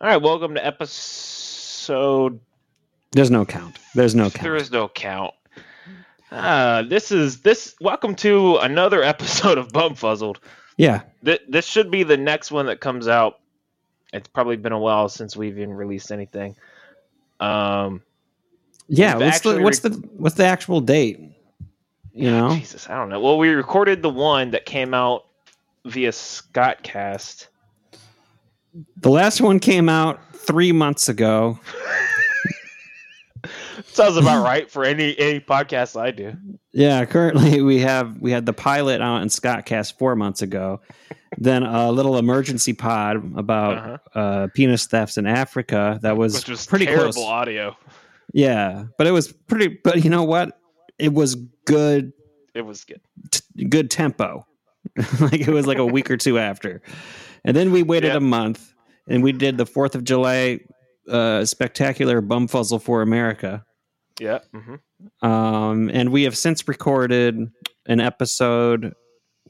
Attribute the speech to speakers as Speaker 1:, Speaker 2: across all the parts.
Speaker 1: All right, welcome to episode.
Speaker 2: There's no count. There's no
Speaker 1: There
Speaker 2: count.
Speaker 1: is no count. Uh, this is this. Welcome to another episode of Bumfuzzled.
Speaker 2: Yeah.
Speaker 1: Th- this should be the next one that comes out. It's probably been a while since we've even released anything. Um,
Speaker 2: Yeah.
Speaker 1: We've
Speaker 2: What's the
Speaker 1: actually
Speaker 2: what's the what's the actual date? You know?
Speaker 1: Jesus, I don't know. Well, we recorded the one that came out via Scottcast.
Speaker 2: The last one came out three months ago.
Speaker 1: Sounds about right for any any podcast I do.
Speaker 2: Yeah, currently we have we had the pilot out in Scottcast four months ago. Then a little emergency pod about
Speaker 1: Uh-huh.
Speaker 2: uh penis thefts in Africa that was,
Speaker 1: Which was
Speaker 2: pretty
Speaker 1: terrible
Speaker 2: close.
Speaker 1: audio.
Speaker 2: Yeah, but it was pretty. But you know what? It was good
Speaker 1: It was good.
Speaker 2: t- good tempo. like it was like a week or two after. And then we waited
Speaker 1: Yeah.
Speaker 2: a month and we did the 4th of July uh, spectacular bumfuzzle for America.
Speaker 1: Yeah. hmm
Speaker 2: Um, and we have since recorded an episode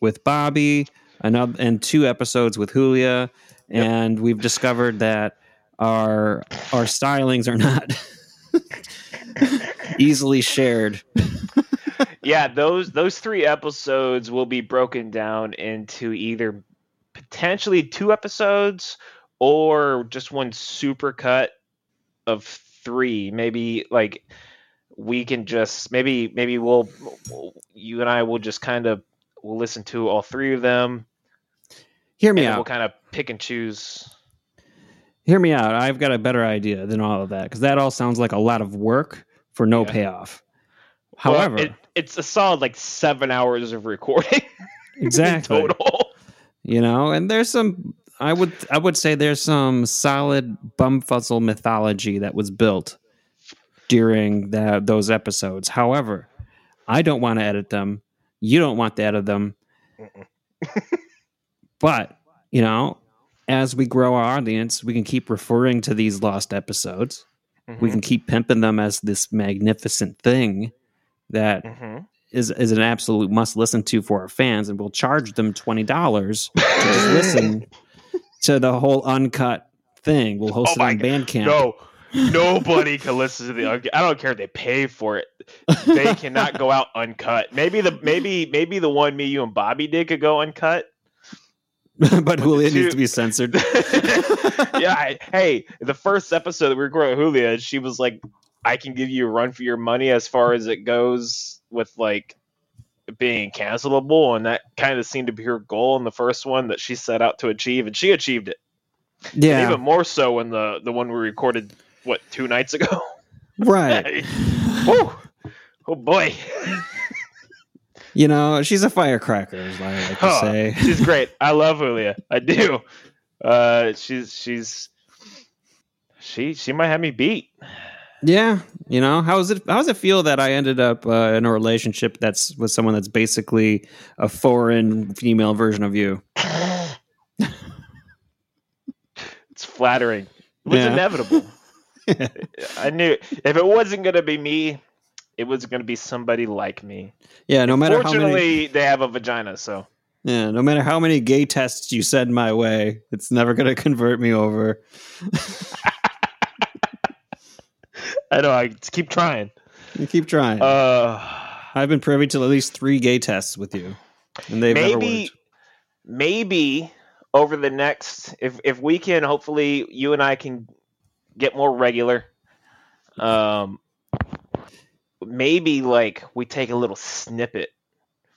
Speaker 2: with Bobby another, and two episodes with Julia.
Speaker 1: Yep.
Speaker 2: And we've discovered that our our stylings are not easily shared.
Speaker 1: yeah those those three episodes will be broken down into either potentially two episodes or just one super cut of three maybe like we can just maybe maybe we'll you and i will just kind of we'll listen to all three of them
Speaker 2: Hear me
Speaker 1: and
Speaker 2: out.
Speaker 1: we'll kind of pick and choose
Speaker 2: hear me out. I've got a better idea than all of that because that all sounds like a lot of work for no
Speaker 1: Yeah.
Speaker 2: payoff.
Speaker 1: Well,
Speaker 2: However,
Speaker 1: it, it's a solid like seven hours of recording
Speaker 2: exactly,
Speaker 1: total
Speaker 2: you know, and there's some. I would I would say there's some solid bumfuzzle mythology that was built during that those episodes. However, I don't want to edit them. You don't want to edit them. but you know, as we grow our audience, we can keep referring to these lost episodes. we
Speaker 1: Mm-hmm.
Speaker 2: can keep pimping them as this magnificent thing that
Speaker 1: hmm
Speaker 2: is is an absolute must listen to for our fans and we'll charge them $20 to just listen to the whole uncut thing we'll host
Speaker 1: Oh
Speaker 2: it
Speaker 1: my
Speaker 2: on bandcamp
Speaker 1: No, nobody can listen to the. unc- I don't care if they pay for it. They cannot go out uncut. Maybe the maybe maybe the one me, you, and Bobby did could go uncut.
Speaker 2: but Julia
Speaker 1: two-
Speaker 2: needs to be censored
Speaker 1: yeah. I, hey, the first episode that we recorded with Julia, she was like, "I can give you a run for your money as far as it goes with like." being cancelable and that kind of seemed to be her goal in the first one that she set out to achieve and she achieved it And
Speaker 2: yeah
Speaker 1: even more so in the the one we recorded what two nights ago
Speaker 2: right
Speaker 1: Woo! Oh boy,
Speaker 2: you know she's a firecracker is what i like to
Speaker 1: Huh.
Speaker 2: say
Speaker 1: she's great. I love Julia. I do. Uh, she's she's she she might have me beat.
Speaker 2: yeah you know how's it how's it feel that i ended up uh, in a relationship that's with someone that's basically a foreign female version of you
Speaker 1: it's flattering. It was
Speaker 2: Yeah.
Speaker 1: inevitable. I knew if it wasn't gonna be me, it was gonna be somebody like me.
Speaker 2: Yeah, no matter how
Speaker 1: Fortunately,
Speaker 2: many
Speaker 1: they have a vagina, so
Speaker 2: yeah, no matter how many gay tests you send my way, it's never going to convert me over.
Speaker 1: I know I keep trying.
Speaker 2: You keep trying.
Speaker 1: Uh.
Speaker 2: I've been privy to at least 3 gay tests with you, and they've never
Speaker 1: maybe
Speaker 2: worked.
Speaker 1: maybe over the next if if we can hopefully you and I can get more regular um maybe like we take a little snippet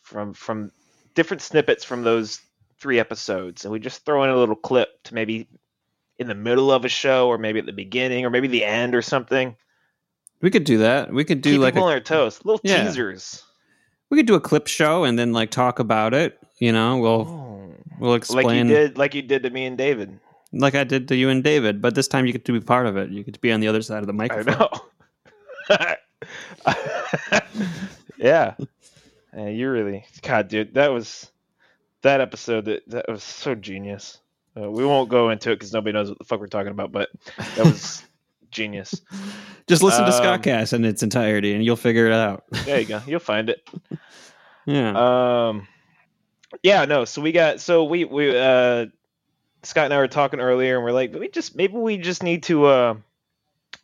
Speaker 1: from from different snippets from those three episodes and we just throw in a little clip to maybe in the middle of a show or maybe at the beginning or maybe the end or something
Speaker 2: We could do that. We could do
Speaker 1: keep
Speaker 2: like
Speaker 1: people
Speaker 2: a,
Speaker 1: on their toes little
Speaker 2: Yeah.
Speaker 1: teasers
Speaker 2: we could do a clip show and then like talk about it, you know, we'll
Speaker 1: Oh.
Speaker 2: we'll
Speaker 1: like you
Speaker 2: explain like,
Speaker 1: did like you did to me and David
Speaker 2: I did to you and David, but this time you get to be part of it. You get to be on the other side of the
Speaker 1: I
Speaker 2: microphone.
Speaker 1: know. yeah. Yeah, you really, God, dude, that was that episode. That that was so genius. Uh, we won't go into it because nobody knows what the fuck we're talking about, but that was genius.
Speaker 2: Just listen to
Speaker 1: Um,
Speaker 2: Scottcast in its entirety and you'll figure it out.
Speaker 1: There you go. You'll find it.
Speaker 2: yeah.
Speaker 1: Um, yeah, no. So we got. So we we uh, Scott and I were talking earlier, and we're like, we just maybe we just need to uh,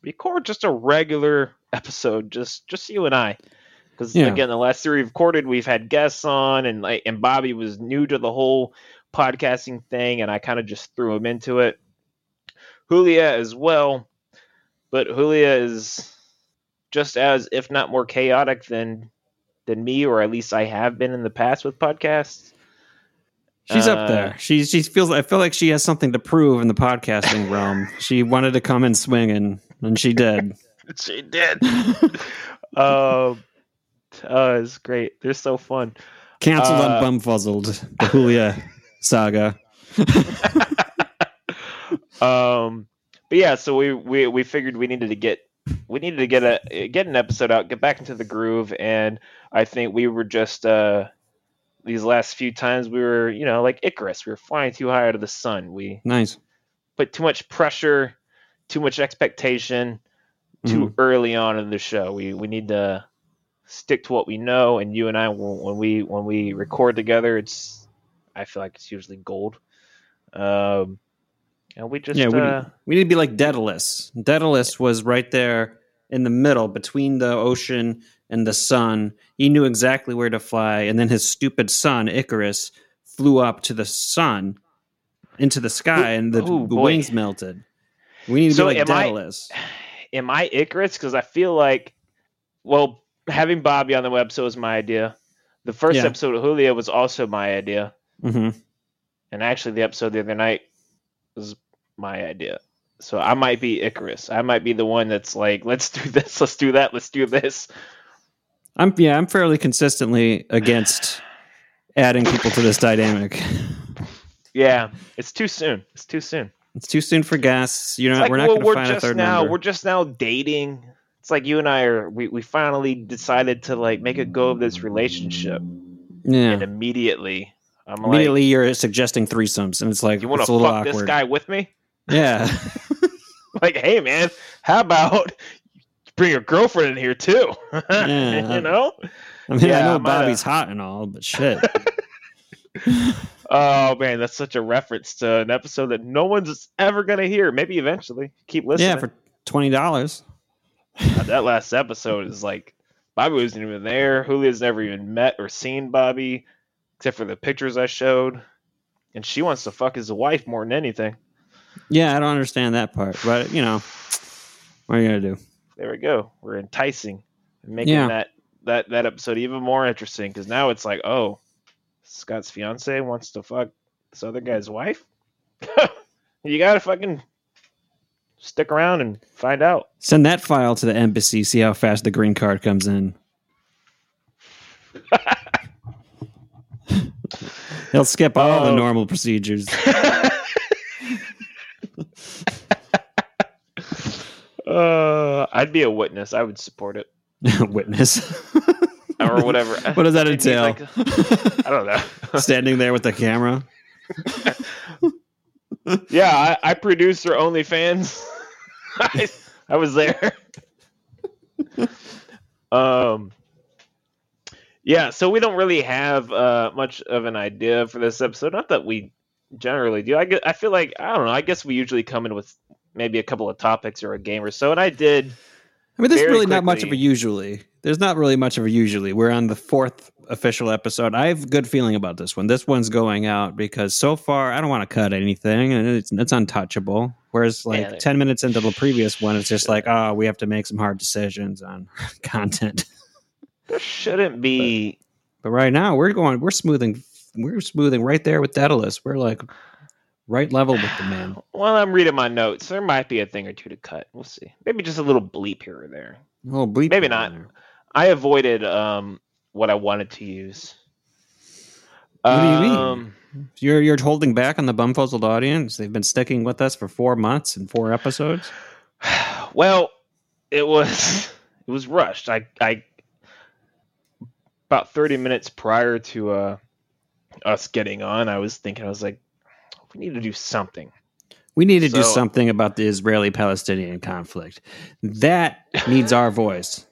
Speaker 1: record just a regular episode, just just you and I, because
Speaker 2: Yeah.
Speaker 1: again, the last three we've recorded, we've had guests on, and like, and Bobby was new to the whole podcasting thing, and I kind of just threw him into it. Julia as well, but Julia is just as, if not more chaotic than than me, or at least I have been in the past with podcasts.
Speaker 2: She's
Speaker 1: Uh,
Speaker 2: up there. She she feels. I feel like she has something to prove in the podcasting realm. She wanted to come in swinging, and she did.
Speaker 1: she did. um, uh, it's great. They're so fun.
Speaker 2: Cancelled
Speaker 1: Uh,
Speaker 2: on Bumfuzzled, the Julia saga.
Speaker 1: Um, but yeah, so we, we we figured we needed to get we needed to get a get an episode out, get back into the groove, and I think we were just uh these last few times we were you know like Icarus, we were flying too high out of the sun. We
Speaker 2: Nice.
Speaker 1: put too much pressure, too much expectation,
Speaker 2: Mm-hmm.
Speaker 1: too early on in the show. We we need to stick to what we know. And you and I, when when we when we record together, it's I feel like it's usually gold. Um, and we just
Speaker 2: Yeah, we
Speaker 1: uh,
Speaker 2: We need to be like Daedalus. Daedalus was right there in the middle between the ocean and the sun. He knew exactly where to fly, and then his stupid son Icarus flew up to the sun, into the sky, and the,
Speaker 1: Ooh,
Speaker 2: the
Speaker 1: oh, boy.
Speaker 2: wings melted. We need to
Speaker 1: So
Speaker 2: be like
Speaker 1: am I-
Speaker 2: Daedalus.
Speaker 1: am I Icarus? Because I feel like, well, having Bobby on the episode was my idea. The first
Speaker 2: Yeah.
Speaker 1: episode of Julia was also my idea,
Speaker 2: hmm
Speaker 1: and actually the episode the other night was my idea. So I might be Icarus. I might be the one that's like, let's do this, let's do that, let's do this.
Speaker 2: I'm yeah, I'm fairly consistently against adding people to this dynamic.
Speaker 1: Yeah, it's too soon. It's too soon.
Speaker 2: It's too soon for guests. You know,
Speaker 1: It's like
Speaker 2: we're not
Speaker 1: well,
Speaker 2: going to
Speaker 1: we're
Speaker 2: find a
Speaker 1: just
Speaker 2: third
Speaker 1: now
Speaker 2: member.
Speaker 1: we're just now dating. It's like you and I are we, we finally decided to like make a go of this relationship,
Speaker 2: yeah.
Speaker 1: and immediately I'm
Speaker 2: Immediately, you're suggesting threesomes, and it's
Speaker 1: like,
Speaker 2: like
Speaker 1: you
Speaker 2: it's
Speaker 1: want to
Speaker 2: a little
Speaker 1: fuck
Speaker 2: awkward.
Speaker 1: this guy with me?
Speaker 2: Yeah,
Speaker 1: Like, hey man, how about you bring your girlfriend in here too?
Speaker 2: Yeah.
Speaker 1: you know?
Speaker 2: I mean,
Speaker 1: Yeah,
Speaker 2: I know
Speaker 1: I might uh,
Speaker 2: Bobby's hot and all, but shit.
Speaker 1: Oh man, that's such a reference to an episode that no one's ever gonna hear. Maybe eventually. Keep listening.
Speaker 2: yeah, for twenty dollars.
Speaker 1: God, that last episode is like Bobby wasn't even there. Julia's never even met or seen Bobby, except for the pictures I showed. And she wants to fuck his wife more than anything.
Speaker 2: Yeah, I don't understand that part, but you know, what are you gonna do?
Speaker 1: There we go. We're enticing, and making
Speaker 2: Yeah.
Speaker 1: that that that episode even more interesting because now it's like, oh, Scott's fiance wants to fuck this other guy's wife. you gotta fucking stick around and find out.
Speaker 2: Send that file to the embassy. See how fast the green card comes in. He'll skip all the
Speaker 1: Oh.
Speaker 2: normal procedures.
Speaker 1: Uh, I'd be a witness. I would support it
Speaker 2: Witness.
Speaker 1: or whatever.
Speaker 2: What does that
Speaker 1: It'd be
Speaker 2: entail?
Speaker 1: like I don't know.
Speaker 2: Standing there with the camera.
Speaker 1: yeah, I, I produce their OnlyFans. I, I was there. um, yeah, so we don't really have uh, much of an idea for this episode. Not that we generally do. I, gue- I feel like I don't know. I guess we usually come in with maybe a couple of topics or a game or so. And I did.
Speaker 2: I mean, there's
Speaker 1: Very
Speaker 2: really not much of a
Speaker 1: quickly.
Speaker 2: usually. There's not really much of a usually. We're on the fourth official episode. I have a good feeling about this one. This one's going out because so far I don't want to cut anything, and it's, it's untouchable. Whereas, like
Speaker 1: there-
Speaker 2: ten minutes into the previous one, it's just like, oh, we have to make some hard decisions on content.
Speaker 1: There shouldn't be.
Speaker 2: But right now, we're going, we're smoothing, we're smoothing right there with Daedalus. We're like right level with oh, the man.
Speaker 1: Well, I'm reading my notes. There might be a thing or two to cut. We'll see. Maybe just a little bleep here or there.
Speaker 2: Oh, bleep
Speaker 1: Maybe
Speaker 2: it
Speaker 1: not.
Speaker 2: in there.
Speaker 1: I avoided um what I wanted to use.
Speaker 2: What do you mean?
Speaker 1: Um,
Speaker 2: You're you're holding back on the bumfuzzled audience. They've been sticking with us for four months and four episodes.
Speaker 1: well, it was it was rushed. I I about 30 minutes prior to uh us getting on, I was thinking I was like we need to do something.
Speaker 2: We need to do
Speaker 1: So-
Speaker 2: something about the Israeli Palestinian conflict. That needs our voice.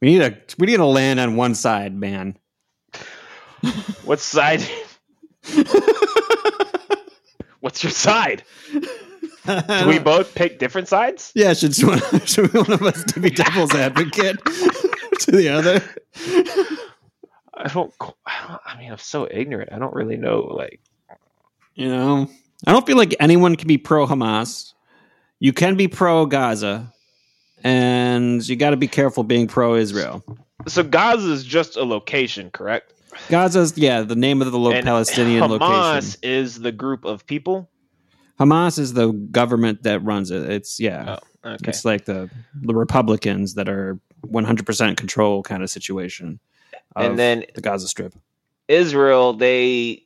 Speaker 2: We need a we need to land on one side, man.
Speaker 1: What side What's your side? Do we both pick different sides?
Speaker 2: Yeah, should one, should one of us to be devil's advocate to the other?
Speaker 1: I don't. qu- I don't- I mean, I'm so ignorant. I don't really know. Like,
Speaker 2: You know, I don't feel like anyone can be pro Hamas. You can be pro Gaza, and you got to be careful being pro Israel.
Speaker 1: so Gaza is just a location, correct?
Speaker 2: Gaza's yeah, the name of the lo-
Speaker 1: And
Speaker 2: Palestinian
Speaker 1: Hamas
Speaker 2: location.
Speaker 1: is the group of people.
Speaker 2: Hamas is the government that runs it. It's
Speaker 1: Oh,
Speaker 2: yeah,
Speaker 1: Okay.
Speaker 2: it's like the the Republicans that are 100% control kind of situation. of
Speaker 1: and then
Speaker 2: the Gaza Strip.
Speaker 1: Israel, they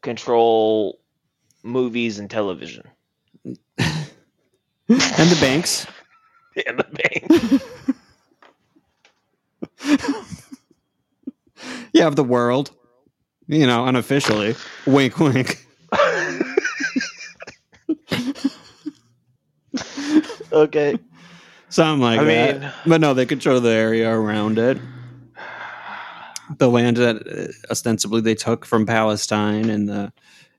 Speaker 1: control movies and television
Speaker 2: and the banks.
Speaker 1: and the bank.
Speaker 2: Yeah, of the world. You know, unofficially. wink, wink.
Speaker 1: okay.
Speaker 2: Something like
Speaker 1: I
Speaker 2: that.
Speaker 1: mean-
Speaker 2: but no, they control the area around it. The land that uh, ostensibly they took from Palestine in the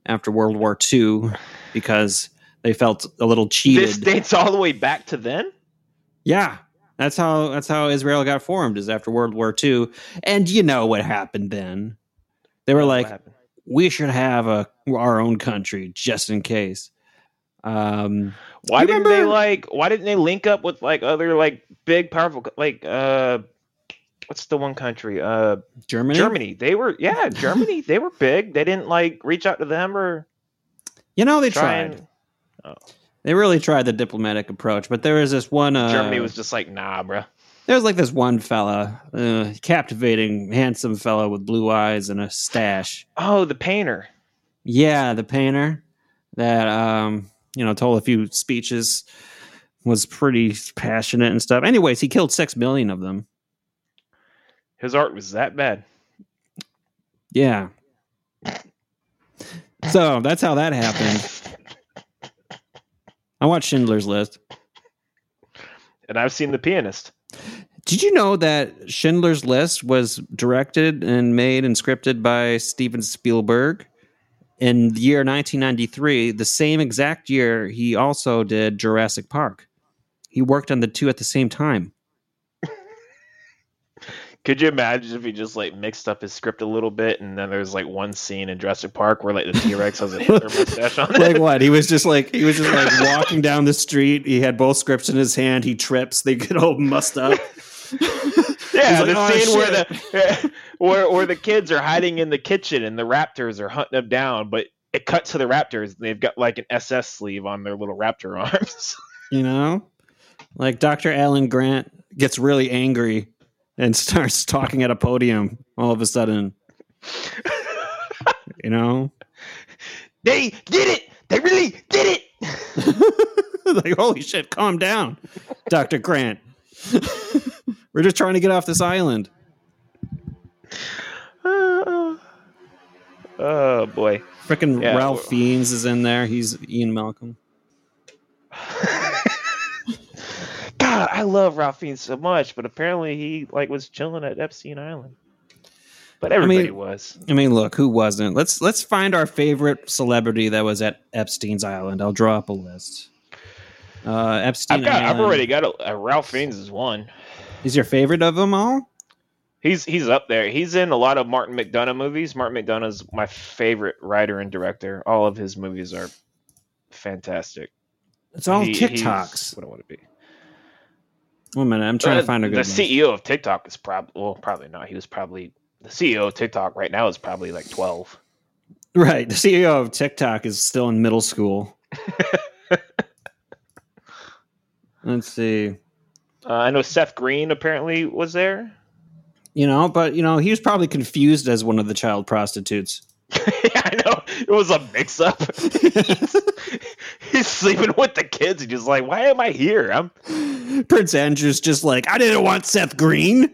Speaker 2: after World War II because they felt a little
Speaker 1: This
Speaker 2: cheated.
Speaker 1: dates all the way back to then.
Speaker 2: Yeah. That's how that's how Israel got formed is after World War II. And you know what happened then. They were like,
Speaker 1: What happened?
Speaker 2: we should have a our own country just in case. Um,
Speaker 1: why
Speaker 2: you
Speaker 1: didn't they
Speaker 2: remember-
Speaker 1: like? Why didn't they link up with like other like big powerful co- like uh, what's the one country? Uh,
Speaker 2: Germany.
Speaker 1: Germany. They were yeah, Germany. they were big. They didn't like reach out to them or
Speaker 2: You know they
Speaker 1: try
Speaker 2: tried.
Speaker 1: and
Speaker 2: They really tried the diplomatic approach, but there was this one. Uh,
Speaker 1: Germany was just like nah, bruh.
Speaker 2: There was like this one fella, uh, captivating, handsome fella with blue eyes and a stash.
Speaker 1: Oh, the painter.
Speaker 2: Yeah, the painter that um, you know told a few speeches was pretty passionate and stuff. Anyways, he killed six million of them.
Speaker 1: His art was that bad.
Speaker 2: Yeah. So that's how that happened. I watched Schindler's List.
Speaker 1: And I've seen the pianist.
Speaker 2: Did you know that Schindler's List was directed and made and scripted by Steven Spielberg? In the year 1993, the same exact year, he also did Jurassic Park. He worked on the two at the same time.
Speaker 1: Could you imagine if he just like mixed up his script a little bit, and then there's like one scene in Jurassic Park where like the T Rex has a Hitler mustache on it?
Speaker 2: Like what? He was just like he was just like walking down the street. He had both scripts in his hand. He trips. They get all mussed up.
Speaker 1: yeah,
Speaker 2: He's
Speaker 1: the
Speaker 2: like, "Oh,
Speaker 1: scene where
Speaker 2: shit."
Speaker 1: the where where the kids are hiding in the kitchen and the Raptors are hunting them down, but it cuts to the Raptors and they've got like an SS sleeve on their little Raptor arms.
Speaker 2: You know? Like Dr. Alan Grant gets really angry and starts talking at a podium all of a sudden. you know?
Speaker 1: they did it. They really did it.
Speaker 2: like, holy shit, calm down, Dr. Grant. We're just trying to get off this island.
Speaker 1: oh boy.
Speaker 2: Freaking
Speaker 1: Yeah.
Speaker 2: Ralph Fiennes is in there. He's Ian Malcolm.
Speaker 1: God, I love Ralph Fiennes so much, but apparently he like was chilling at Epstein Island. But
Speaker 2: mean-
Speaker 1: everybody was.
Speaker 2: I mean, look, who wasn't? Let's let's find our favorite celebrity that was at Epstein's Island. I'll draw up a list. Uh, Epstein.
Speaker 1: I've got. I've
Speaker 2: Island
Speaker 1: already got a, a Ralph Fiennes is one.
Speaker 2: is your favorite of them all.
Speaker 1: He's he's up there. He's in a lot of Martin McDonough movies. Martin McDonough's my favorite writer and director. All of his movies are fantastic.
Speaker 2: It's all
Speaker 1: He- he's
Speaker 2: TikToks.
Speaker 1: What I want to be.
Speaker 2: One minute, I'm trying
Speaker 1: Uh,
Speaker 2: to find a good
Speaker 1: The
Speaker 2: one.
Speaker 1: CEO of TikTok is probably well, probably not. He was probably the CEO of TikTok right now is probably like twelve.
Speaker 2: right, the CEO of TikTok is still in middle school. Let's see.
Speaker 1: Uh, I know Seth Green apparently was there.
Speaker 2: You know, but you know, he was probably confused as one of the child prostitutes.
Speaker 1: yeah, I know. It was a mix up. He's sleeping with the kids and just like, why am I here? I'm
Speaker 2: Prince Andrew's just like, I didn't want Seth Green.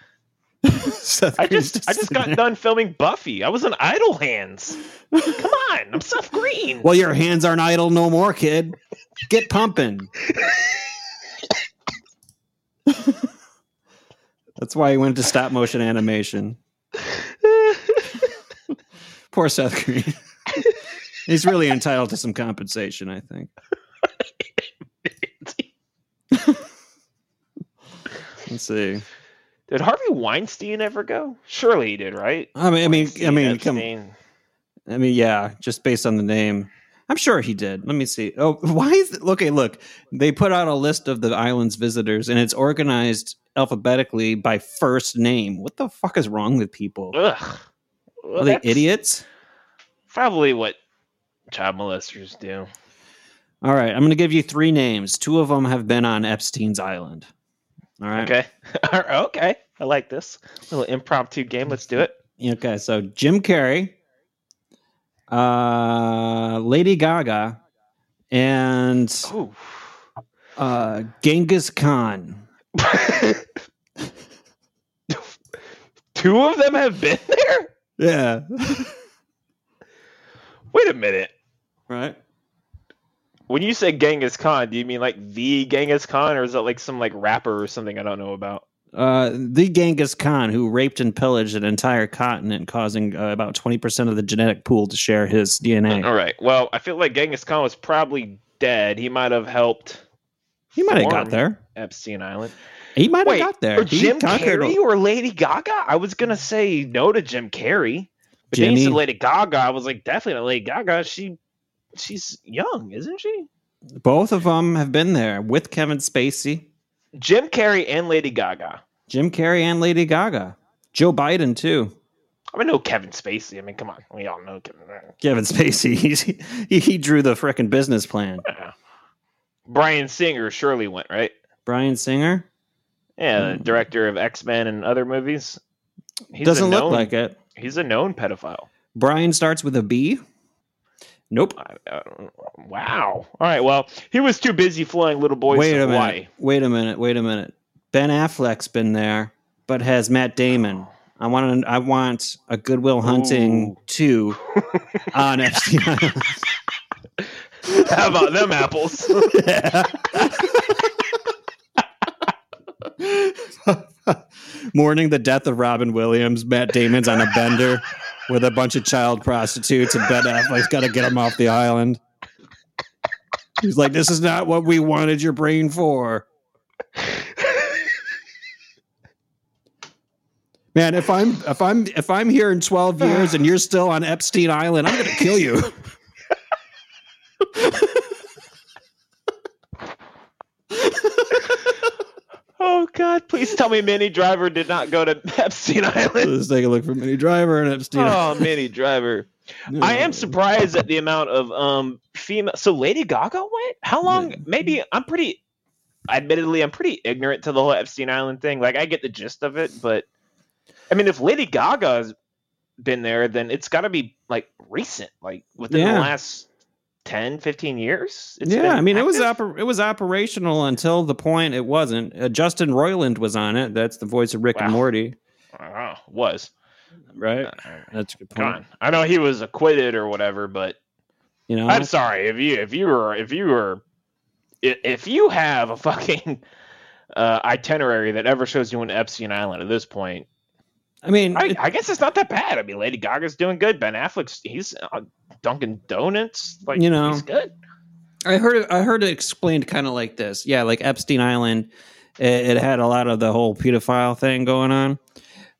Speaker 2: Seth
Speaker 1: I
Speaker 2: Green's
Speaker 1: just I just
Speaker 2: sitting
Speaker 1: got
Speaker 2: there.
Speaker 1: done filming Buffy. I was in Idle Hands. Come on, I'm Seth Green.
Speaker 2: Well, your hands aren't idle no more, kid. Get pumping. That's why he went to stop motion animation. Poor Seth Green. He's really entitled to some compensation, I think. Let's see.
Speaker 1: Did Harvey Weinstein ever go? Surely he did, right?
Speaker 2: I mean, I mean, I
Speaker 1: Weinstein,
Speaker 2: mean, come,
Speaker 1: Epstein.
Speaker 2: I mean, yeah, just based on the name. I'm sure he did. Let me see. Oh, why is it? Okay, look, they put out a list of the island's visitors and it's organized alphabetically by first name. What the fuck is wrong with people?
Speaker 1: Ugh. Well,
Speaker 2: Are they
Speaker 1: that's
Speaker 2: idiots?
Speaker 1: Probably what child molesters do.
Speaker 2: All right, I'm going to give you three names. Two of them have been on Epstein's Island. All right.
Speaker 1: Okay. okay. I like this little impromptu game. Let's do it.
Speaker 2: Okay, so Jim Carrey, uh, Lady Gaga, and
Speaker 1: Ooh.
Speaker 2: uh, Genghis Khan.
Speaker 1: Two of them have been there?
Speaker 2: Yeah.
Speaker 1: Wait a minute.
Speaker 2: right.
Speaker 1: When you say Genghis Khan, do you mean like the Genghis Khan or is that like some like rapper or something I don't know about?
Speaker 2: Uh, the Genghis Khan, who raped and pillaged an entire continent, causing uh, about 20% of the genetic pool to share his DNA.
Speaker 1: All right. Well, I feel like Genghis Khan was probably dead. He might have helped
Speaker 2: He might have
Speaker 1: Form.
Speaker 2: got there.
Speaker 1: Epstein Island.
Speaker 2: He might have
Speaker 1: Wait,
Speaker 2: got there.
Speaker 1: Or
Speaker 2: He
Speaker 1: Jim
Speaker 2: conquered
Speaker 1: Carrey
Speaker 2: a-
Speaker 1: or Lady Gaga? I was gonna say no to Jim Carrey, but then you said
Speaker 2: Jenny-
Speaker 1: Lady Gaga. I was like, definitely not Lady Gaga. She, she's young, isn't she?
Speaker 2: Both of them have been there with Kevin Spacey,
Speaker 1: Jim Carrey and Lady Gaga.
Speaker 2: Jim Carrey, and Lady Gaga. Joe Biden, too.
Speaker 1: I mean, no Kevin Spacey. I mean, come on, we all know Kevin.
Speaker 2: Kevin Spacey, he's, he, he drew the frickin' business plan.
Speaker 1: Brian Singer surely went right.
Speaker 2: Brian Singer
Speaker 1: Yeah, the
Speaker 2: Hmm.
Speaker 1: director of X Men and other movies. He's
Speaker 2: doesn't
Speaker 1: a
Speaker 2: look
Speaker 1: known-
Speaker 2: like it.
Speaker 1: he's a known pedophile.
Speaker 2: Brian starts with a B. Nope.
Speaker 1: I, I don't, wow. All right. Well, he was too busy flying little boys
Speaker 2: wait
Speaker 1: to
Speaker 2: a
Speaker 1: Hawaii.
Speaker 2: minute. Wait a minute. Wait a minute. Ben Affleck's been there, but has Matt Damon. I want. I want a Goodwill Hunting
Speaker 1: Ooh.
Speaker 2: two on Epstein Island.
Speaker 1: How about them apples?
Speaker 2: Mourning the death of Robin Williams, Matt Damon's on a bender with a bunch of child prostitutes, and Ben Affleck's got to get him off the island. He's like, "This is not what we wanted your brain for." Man, if I'm if I'm if I'm here in 12 years and you're still on Epstein Island, I'm gonna kill you.
Speaker 1: oh God! Please tell me Minnie Driver did not go to Epstein Island.
Speaker 2: Let's take a look for Minnie Driver and Epstein.
Speaker 1: Oh, Minnie Driver! I am
Speaker 2: surprised.
Speaker 1: surprised at the amount of um female. So Lady Gaga went. How long? Maybe I'm pretty. Admittedly, I'm pretty ignorant to the whole Epstein Island thing. Like I get the gist of it, but I mean, if Lady Gaga's been there, then it's got to be like recent, like within the
Speaker 2: Yeah.
Speaker 1: last 10, 15 years. It's
Speaker 2: yeah,
Speaker 1: been
Speaker 2: I mean it was
Speaker 1: active?
Speaker 2: oper- it was operational until the point it wasn't. Uh, Justin Roiland was on it. That's the voice of Rick and
Speaker 1: Wow.
Speaker 2: Morty,
Speaker 1: Oh, was
Speaker 2: right?
Speaker 1: Uh,
Speaker 2: That's a good point.
Speaker 1: gone. I know he was acquitted or whatever, but
Speaker 2: You know,
Speaker 1: I'm sorry if you if you were if you were i- if you have a fucking uh, itinerary that ever shows you on Epstein Island at this point,
Speaker 2: I mean,
Speaker 1: I,
Speaker 2: it-
Speaker 1: I guess it's not that bad. I mean, Lady Gaga's doing good. Ben Affleck's he's uh, Dunkin' Donuts, like
Speaker 2: You know.
Speaker 1: he's good.
Speaker 2: I heard it, I heard it explained kind of like this. Yeah, like Epstein Island, it, it had a lot of the whole pedophile thing going on,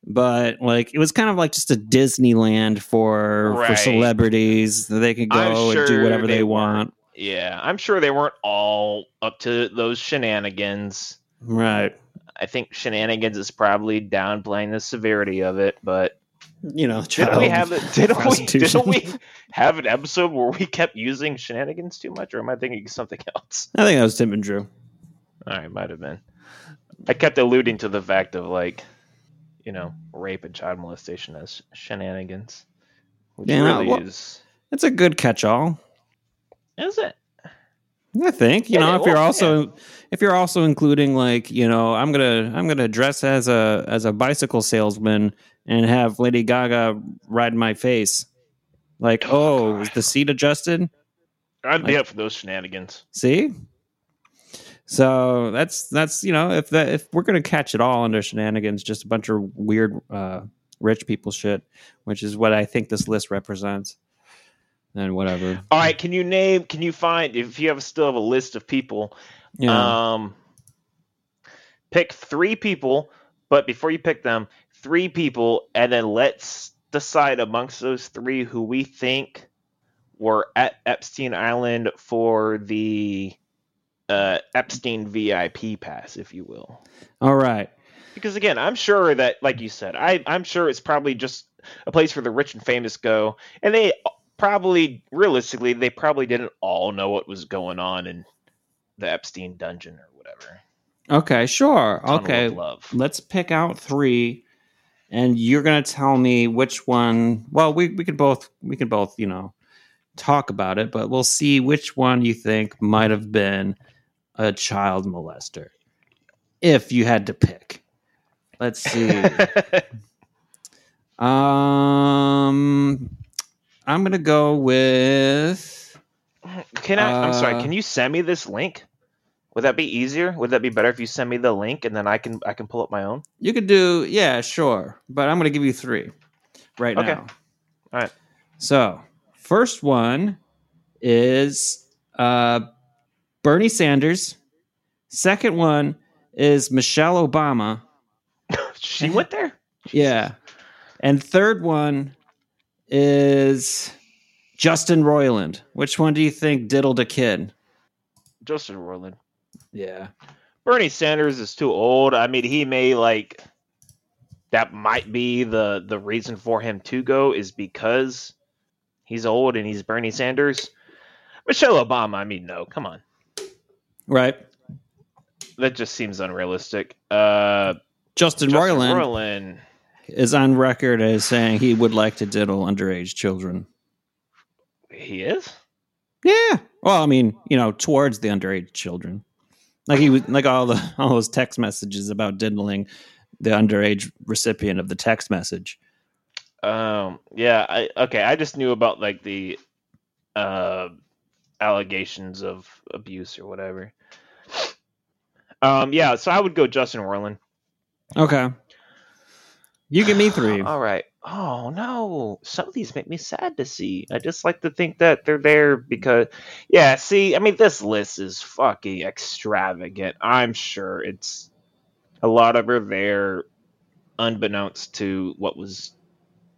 Speaker 2: but like it was kind of like just a Disneyland for for
Speaker 1: Right.
Speaker 2: celebrities. They could
Speaker 1: I'm
Speaker 2: go and
Speaker 1: sure
Speaker 2: do whatever
Speaker 1: they
Speaker 2: they, want.
Speaker 1: Yeah, I'm sure they weren't all up to those shenanigans.
Speaker 2: Right.
Speaker 1: I think shenanigans is probably downplaying the severity of it, but
Speaker 2: You know,
Speaker 1: Didn't
Speaker 2: child.
Speaker 1: we have it? Didn't we,
Speaker 2: prostitution.
Speaker 1: didn't we have an episode where we kept using shenanigans too much, or am I thinking something else?
Speaker 2: I think that was Tim and Drew.
Speaker 1: All right, might have been. I kept alluding to the fact of like, you know, rape and child molestation as shenanigans, which
Speaker 2: Yeah,
Speaker 1: really
Speaker 2: well-
Speaker 1: is.
Speaker 2: That's a good catch-all.
Speaker 1: Is it?
Speaker 2: I think you
Speaker 1: Yeah,
Speaker 2: know if
Speaker 1: well,
Speaker 2: you're also if you're also including like you know I'm gonna I'm gonna dress as a as a bicycle salesman and have Lady Gaga ride my face, like
Speaker 1: Oh,
Speaker 2: oh,
Speaker 1: God.
Speaker 2: is the seat adjusted?
Speaker 1: I'd be
Speaker 2: Like-
Speaker 1: up for those shenanigans.
Speaker 2: See, so that's that's you know if that if we're gonna catch it all under shenanigans, just a bunch of weird uh, rich people shit, which is what I think this list represents. and whatever.
Speaker 1: All right, can you name? Can you find if you have still have a list of people?
Speaker 2: Yeah.
Speaker 1: Um, pick three people, but before you pick them, three people, and then let's decide amongst those three who we think were at Epstein Island for the uh, Epstein VIP pass, if you will.
Speaker 2: All right.
Speaker 1: Because again, I'm sure that, like you said, I, I'm sure it's probably just a place where the rich and famous go, and they probably, realistically, they probably didn't all know what was going on in the Epstein dungeon or whatever.
Speaker 2: Okay. Sure.
Speaker 1: Tunnel of
Speaker 2: okay.
Speaker 1: love.
Speaker 2: Let's pick out three, and you're gonna tell me which one. Well, we we could both we could both you know talk about it, but we'll see which one you think might have been a child molester, if you had to pick. Let's see. Um, I'm gonna go with.
Speaker 1: can I? I'm sorry.
Speaker 2: Uh,
Speaker 1: Can you send me this link? Would that be easier? Would that be better if you send me the link and then I can I can pull up my own?
Speaker 2: You could do yeah, sure, but I'm gonna give you three right
Speaker 1: Okay.
Speaker 2: now.
Speaker 1: All right.
Speaker 2: So first one is uh, Bernie Sanders. Second one is Michelle Obama.
Speaker 1: she went there.
Speaker 2: Yeah, and third one is Justin Roiland. Which one do you think diddled a kid?
Speaker 1: Justin Roiland.
Speaker 2: Yeah.
Speaker 1: Bernie Sanders is too old. I mean, he may like that might be the the reason for him to go is because he's old and he's Bernie Sanders. Michelle Obama, I mean, no, come on.
Speaker 2: Right.
Speaker 1: That just seems unrealistic. Uh Justin
Speaker 2: Justin, Roiland,
Speaker 1: Roiland.
Speaker 2: is on record as saying he would like to diddle underage children.
Speaker 1: He is?
Speaker 2: Yeah. Well, I mean, you know, towards the underage children. Like he was like all the all those text messages about diddling the underage recipient of the text message.
Speaker 1: Um, yeah, I okay, I just knew about like the uh allegations of abuse or whatever. Um, yeah, so I would go Justin Roiland.
Speaker 2: Okay. You give me three.
Speaker 1: All right. Oh no, some of these make me sad to see. I just like to think that they're there because, yeah. See, I mean, this list is fucking extravagant. I'm sure it's a lot of her there, unbeknownst to what was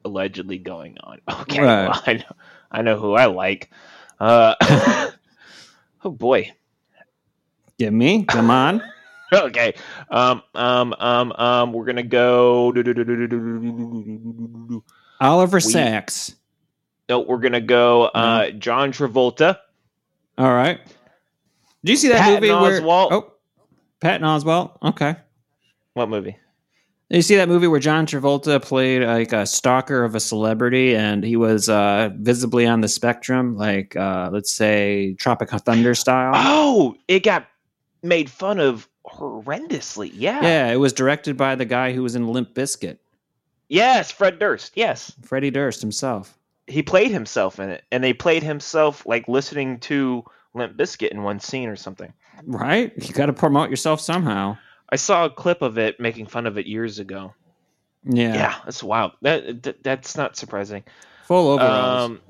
Speaker 1: allegedly going on. Okay,
Speaker 2: Right.
Speaker 1: well, I know, I know who I like. Uh, oh boy.
Speaker 2: Give me. Come on.
Speaker 1: Okay. Um. Um. Um. Um. We're gonna go.
Speaker 2: Oliver
Speaker 1: We-
Speaker 2: Sacks.
Speaker 1: No, we're gonna go uh, John Travolta.
Speaker 2: All right. Do you see that
Speaker 1: Patton
Speaker 2: movie where
Speaker 1: Oswalt.
Speaker 2: Oh, Patton Oswalt. Okay.
Speaker 1: What movie?
Speaker 2: You see that movie where John Travolta played like a stalker of a celebrity, and he was uh, visibly on the spectrum, like uh, let's say Tropic Thunder style.
Speaker 1: Oh, it got made fun of horrendously. Yeah.
Speaker 2: Yeah, it was directed by the guy who was in Limp Bizkit,
Speaker 1: Yes, Fred Durst. Yes,
Speaker 2: Freddie Durst himself.
Speaker 1: he played himself in it, and they played himself like listening to Limp Bizkit in one scene or something.
Speaker 2: Right? You got to promote yourself somehow.
Speaker 1: I saw a clip of it making fun of it years ago.
Speaker 2: Yeah.
Speaker 1: Yeah, that's wild. That, that that's not surprising.
Speaker 2: Full overalls.
Speaker 1: Um,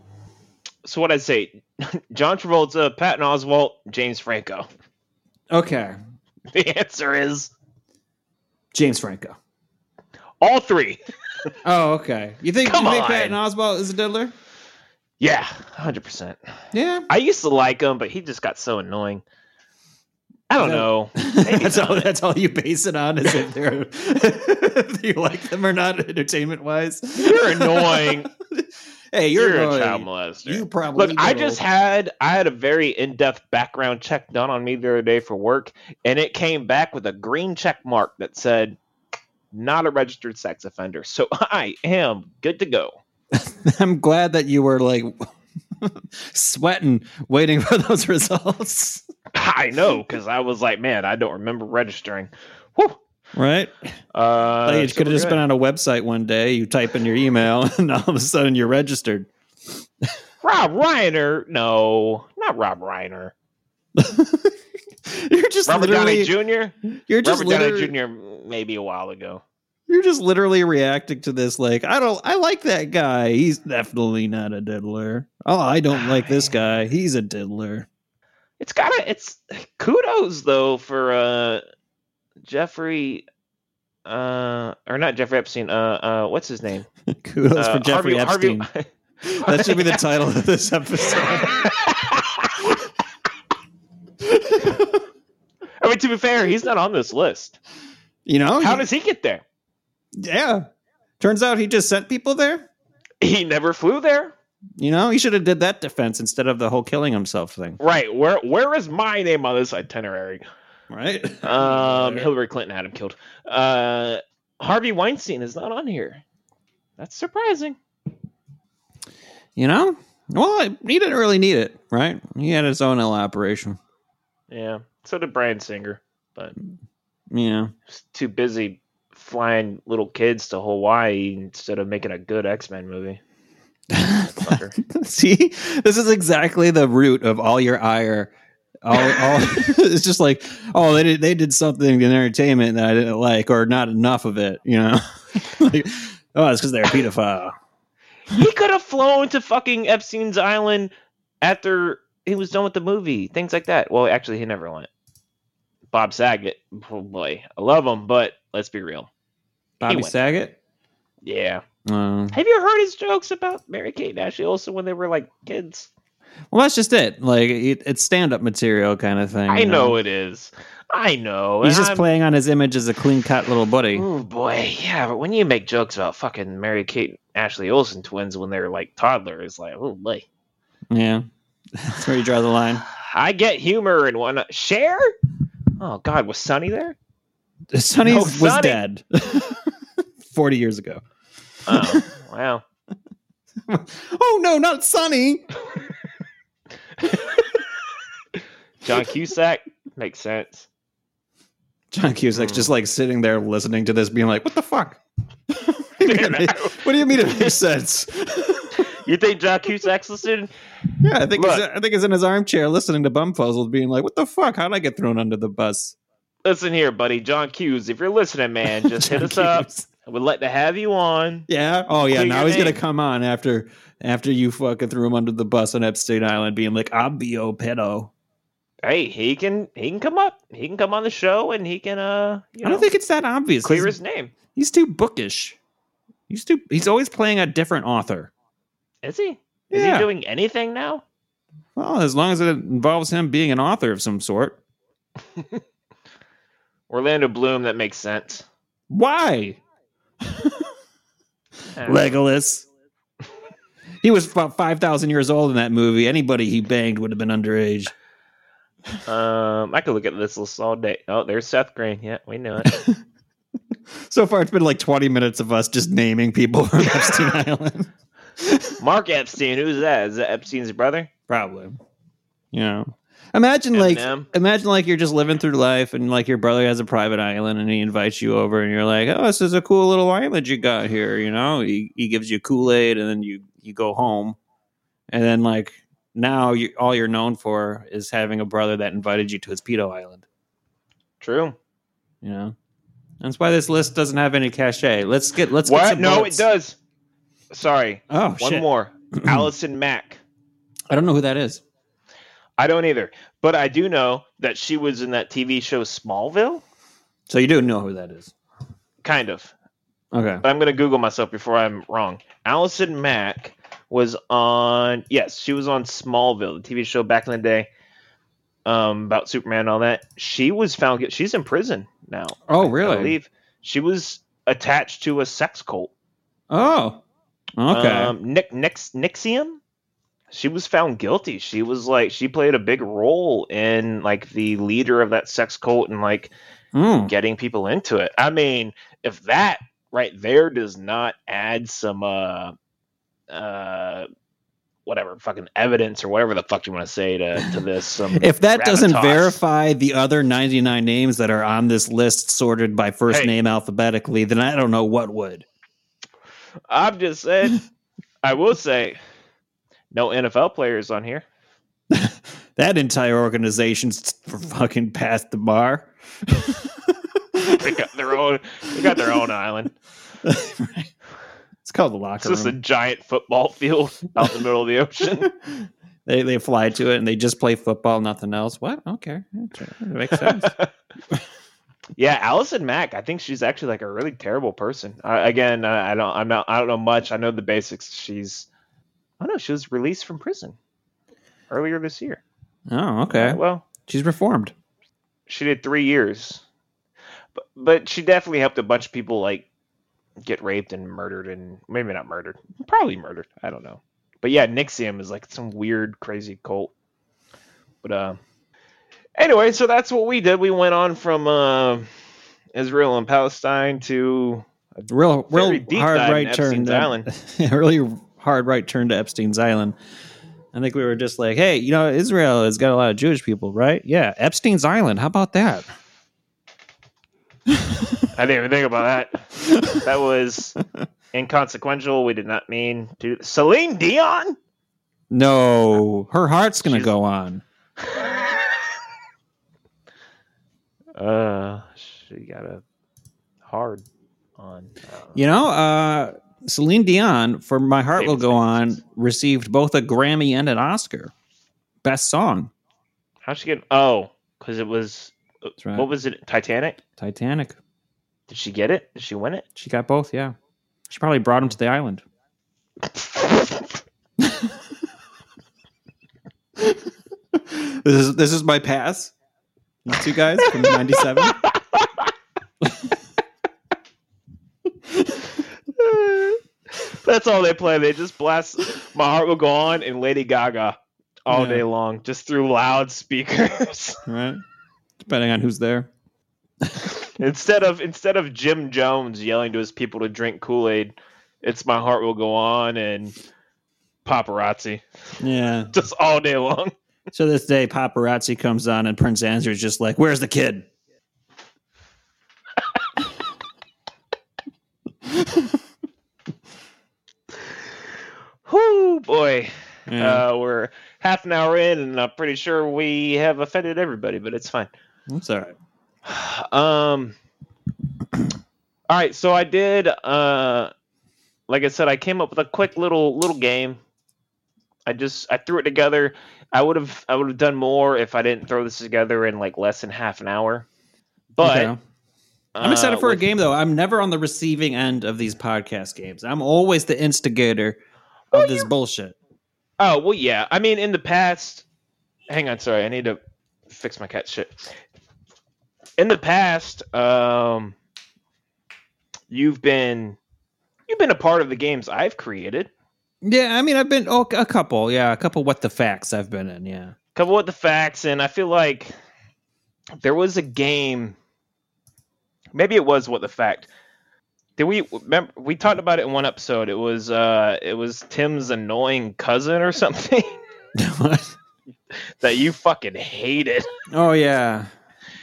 Speaker 1: so what I'd say, John Travolta, Patton Oswalt, James Franco.
Speaker 2: okay,
Speaker 1: The answer is
Speaker 2: James Franco.
Speaker 1: all three.
Speaker 2: Oh, okay. You think,
Speaker 1: Come
Speaker 2: you think
Speaker 1: on.
Speaker 2: Patton Oswalt is a diddler?
Speaker 1: Yeah, hundred percent.
Speaker 2: Yeah.
Speaker 1: I used to like him, but he just got so annoying. I don't
Speaker 2: That-
Speaker 1: know. Maybe
Speaker 2: that's all.
Speaker 1: not.
Speaker 2: That's all you base it on is if they're if you like them or not, entertainment wise.
Speaker 1: You're annoying.
Speaker 2: hey, you're,
Speaker 1: You're, a
Speaker 2: annoying.
Speaker 1: child molester.
Speaker 2: You probably
Speaker 1: Look, I
Speaker 2: diddled.
Speaker 1: just had I had a very in depth background check done on me the other day for work, and it came back with a green check mark that said not a registered sex offender. So I am good to go.
Speaker 2: I'm glad that you were like sweating, waiting for those results.
Speaker 1: I know because I was like, man, I don't remember registering. Whew.
Speaker 2: Right?
Speaker 1: Uh,
Speaker 2: like it
Speaker 1: so
Speaker 2: could
Speaker 1: we're
Speaker 2: have just
Speaker 1: good.
Speaker 2: been on a website one day. You type in your email, and all of a sudden you're registered.
Speaker 1: Rob Reiner. No, not Rob Reiner.
Speaker 2: You're just
Speaker 1: Robert Downey
Speaker 2: literally.
Speaker 1: Jr.
Speaker 2: You're just
Speaker 1: Robert Downey
Speaker 2: literally.
Speaker 1: Jr. maybe a while ago.
Speaker 2: You're just literally reacting to this like I don't I like that guy. He's definitely not a diddler. Oh, I don't like this guy. He's a diddler.
Speaker 1: It's gotta. It's kudos though for uh, Jeffrey, uh, or not Jeffrey Epstein. Uh, uh, what's his name?
Speaker 2: Kudos
Speaker 1: Uh,
Speaker 2: for Jeffrey
Speaker 1: Harvey-
Speaker 2: Epstein.
Speaker 1: Harvey-
Speaker 2: That should be the title of this episode.
Speaker 1: I mean, to be fair, he's not on this list.
Speaker 2: You know?
Speaker 1: How
Speaker 2: he-
Speaker 1: does he get there?
Speaker 2: yeah. Turns out he just sent people there.
Speaker 1: He never flew there.
Speaker 2: You know, he should have did that defense instead of the whole killing himself thing,
Speaker 1: Right. Where Where is my name on this itinerary?
Speaker 2: right?
Speaker 1: Um, Hillary Clinton had him killed. Uh, Harvey Weinstein is not on here. That's surprising.
Speaker 2: you know? Well, he didn't really need it, right? He had his own little operation.
Speaker 1: Yeah. So did Brian Singer, but
Speaker 2: Yeah.
Speaker 1: was too busy flying little kids to Hawaii instead of making a good X Men movie. Fucker.
Speaker 2: See, this is exactly the root of all your ire. All, all it's just like, oh, they did, they did something in entertainment that I didn't like, or not enough of it. You know, like, oh, it's because they're a pedophile.
Speaker 1: he could have flown to fucking Epstein's Island after he was done with the movie. Things like that. Well, actually, he never went. Bob Saget, oh boy, I love him, but let's be real.
Speaker 2: Bobby
Speaker 1: went.
Speaker 2: Saget.
Speaker 1: Yeah.
Speaker 2: Um,
Speaker 1: Have you heard his jokes about Mary Kate and Ashley Olsen when they were like kids?
Speaker 2: well, that's just it. Like it, it's stand up material kind of thing.
Speaker 1: I
Speaker 2: you
Speaker 1: know it is. I know.
Speaker 2: He's
Speaker 1: and
Speaker 2: just
Speaker 1: I'm-
Speaker 2: playing on his image as a clean cut little buddy.
Speaker 1: Oh boy, yeah, but when you make jokes about fucking Mary Kate and Ashley Olsen twins when they're like toddlers, like oh boy,
Speaker 2: Yeah, that's where you draw the line.
Speaker 1: I get humor and one share. Oh God, was Sunny there?
Speaker 2: Sonny
Speaker 1: No,
Speaker 2: was
Speaker 1: Sonny.
Speaker 2: dead forty years ago.
Speaker 1: Oh wow,
Speaker 2: Oh no, not Sonny.
Speaker 1: John Cusack makes sense.
Speaker 2: John Cusack's just like sitting there listening to this, being like, "What the fuck? what, do you mean it- what do you mean it makes sense?"
Speaker 1: You think John Cusack's listening?
Speaker 2: yeah, I think he's,
Speaker 1: Look.
Speaker 2: I think he's in his armchair listening to Bumfuzzled, being like, "What the fuck? How would I get thrown under the bus?"
Speaker 1: Listen here, buddy, John Hughes. If you're listening, man, just hit
Speaker 2: John
Speaker 1: us up.
Speaker 2: Cuse.
Speaker 1: We'd like to have you on.
Speaker 2: Yeah. Oh yeah.
Speaker 1: Clear
Speaker 2: now
Speaker 1: your
Speaker 2: he's gonna
Speaker 1: name.
Speaker 2: come on after after you fucking threw him under the bus on Epstein Island, being like, "I'm the old pedo."
Speaker 1: Hey, he can he can come up. He can come on the show and he can uh you
Speaker 2: I don't
Speaker 1: know,
Speaker 2: think it's that obvious.
Speaker 1: clear
Speaker 2: he's,
Speaker 1: his name.
Speaker 2: he's too bookish. He's too. He's always playing a different author.
Speaker 1: Is he? Is
Speaker 2: Yeah.
Speaker 1: he doing anything now?
Speaker 2: Well, as long as it involves him being an author of some sort.
Speaker 1: Orlando Bloom, that makes sense.
Speaker 2: Why?
Speaker 1: Uh,
Speaker 2: Legolas. He was about 5,000 years old in that movie. Anybody he banged would have been underage.
Speaker 1: Um, I could look at this list all day. Oh, there's Seth Green. Yeah, we knew it.
Speaker 2: So far, it's been like 20 minutes of us just naming people from Epstein Island.
Speaker 1: Mark Epstein, who's that? Is that Epstein's brother?
Speaker 2: Probably. You know. Imagine like
Speaker 1: Eminem.
Speaker 2: imagine like you're just living through life and like your brother has a private island and he invites you over and you're like, Oh, this is a cool little island you got here, you know? He he gives you Kool-Aid and then you you go home. And then like now you all you're known for is having a brother that invited you to his pedo island.
Speaker 1: True.
Speaker 2: You know, that's why this list doesn't have any cachet. Let's get let's get
Speaker 1: What?
Speaker 2: some
Speaker 1: No,
Speaker 2: bullets.
Speaker 1: it does. Sorry.
Speaker 2: Oh
Speaker 1: One
Speaker 2: shit!
Speaker 1: more. Allison Mack.
Speaker 2: I don't know who that is.
Speaker 1: I don't either. But I do know that she was in that TV show Smallville.
Speaker 2: So you do know who that is?
Speaker 1: Kind of.
Speaker 2: Okay.
Speaker 1: But I'm gonna Google myself before I'm wrong. Allison Mack was on yes, she was on Smallville, the TV show back in the day. Um, about Superman and all that. She was found gu- she's in prison now.
Speaker 2: Oh
Speaker 1: I
Speaker 2: really?
Speaker 1: believe she was attached to a sex cult.
Speaker 2: Oh. Okay.
Speaker 1: Um, Nick Nix, Nixium. She was found guilty. She was like she played a big role in like the leader of that sex cult and like
Speaker 2: Hmm.
Speaker 1: getting people into it. I mean, if that right there does not add some uh uh whatever fucking evidence or whatever the fuck you want to say to to this some
Speaker 2: If that doesn't
Speaker 1: gravitas.
Speaker 2: verify the other 99 names that are on this list sorted by first
Speaker 1: Hey.
Speaker 2: name alphabetically, then I don't know what would.
Speaker 1: I'm just saying I will say no NFL players on here.
Speaker 2: That entire organization's fucking past the bar.
Speaker 1: they got their own. They got their own island.
Speaker 2: Right. It's called the
Speaker 1: It's
Speaker 2: locker
Speaker 1: just a
Speaker 2: room.
Speaker 1: giant football field out in the middle of the ocean.
Speaker 2: They they fly to it and they just play football, nothing else. What? Okay, that makes sense.
Speaker 1: yeah, Allison Mack. I think she's actually like a really terrible person. I again, I, I don't. I'm not. I don't know much. I know the basics. She's. I don't know. She was released from prison earlier this year.
Speaker 2: oh, okay.
Speaker 1: Well,
Speaker 2: She's reformed.
Speaker 1: she did three years, but but she definitely helped a bunch of people like get raped and murdered and maybe not murdered, probably murdered. I don't know. But yeah, Nixium is like some weird, crazy cult. But uh, anyway, so that's what we did. We went on from uh, Israel and Palestine to
Speaker 2: Real real
Speaker 1: Very deep
Speaker 2: hard
Speaker 1: dive in
Speaker 2: right turn.
Speaker 1: Epstein's
Speaker 2: to-
Speaker 1: Island.
Speaker 2: yeah, really hard right turn to Epstein's Island. I think we were just like, hey, you know, Israel has got a lot of Jewish people, right? Yeah, Epstein's Island. How about that?
Speaker 1: I didn't even think about that. That was inconsequential. We did not mean to. Celine Dion.
Speaker 2: No, her heart's gonna
Speaker 1: She's-
Speaker 2: go on.
Speaker 1: Uh, she got a hard on. I don't know.
Speaker 2: You know, uh, Celine Dion for "My Heart Will
Speaker 1: Favorite
Speaker 2: Go On"
Speaker 1: things.
Speaker 2: received both a Grammy and an Oscar, best song.
Speaker 1: How'd she get? Oh, because it was
Speaker 2: That's right.
Speaker 1: what was it? Titanic.
Speaker 2: Titanic.
Speaker 1: Did she get it? Did she win it?
Speaker 2: She got both. Yeah, she probably brought him to the island. This is this is my pass. These two guys from '97.
Speaker 1: That's all they play. They just blast "My Heart Will Go On" and Lady Gaga all
Speaker 2: Yeah.
Speaker 1: day long, just through loudspeakers.
Speaker 2: right? Depending on who's there.
Speaker 1: instead of instead of Jim Jones yelling to his people to drink Kool Aid, it's "My Heart Will Go On" and paparazzi
Speaker 2: Yeah.
Speaker 1: just all day long.
Speaker 2: So this day, paparazzi comes on, and Prince Andrew is just like, "Where's the kid?"
Speaker 1: Whoo boy.
Speaker 2: Yeah,
Speaker 1: Uh, we're half an hour in, and I'm pretty sure we have offended everybody, but it's fine.
Speaker 2: that's all right.
Speaker 1: Um, all right, so I did. Uh, like I said, I came up with a quick little little game. I just I threw it together. I would have I would have done more if I didn't throw this together in like less than half an hour. But
Speaker 2: Okay. I'm excited
Speaker 1: uh,
Speaker 2: for a
Speaker 1: with-
Speaker 2: game, though. I'm never on the receiving end of these podcast games. I'm always the instigator of this bullshit.
Speaker 1: Oh well, yeah. I mean, in the past, hang on. Sorry, I need to fix my cat shit. In the past, um, you've been you've been a part of the games I've created.
Speaker 2: Yeah, I mean, I've been oh, a couple. Yeah, a couple. What the facts I've been in. Yeah.
Speaker 1: couple with the facts, and I feel like there was a game. Maybe it was what the fact. Did we remember? We talked about it in one episode. It was uh, it was Tim's annoying cousin or something
Speaker 2: What?
Speaker 1: that you fucking hated.
Speaker 2: oh yeah,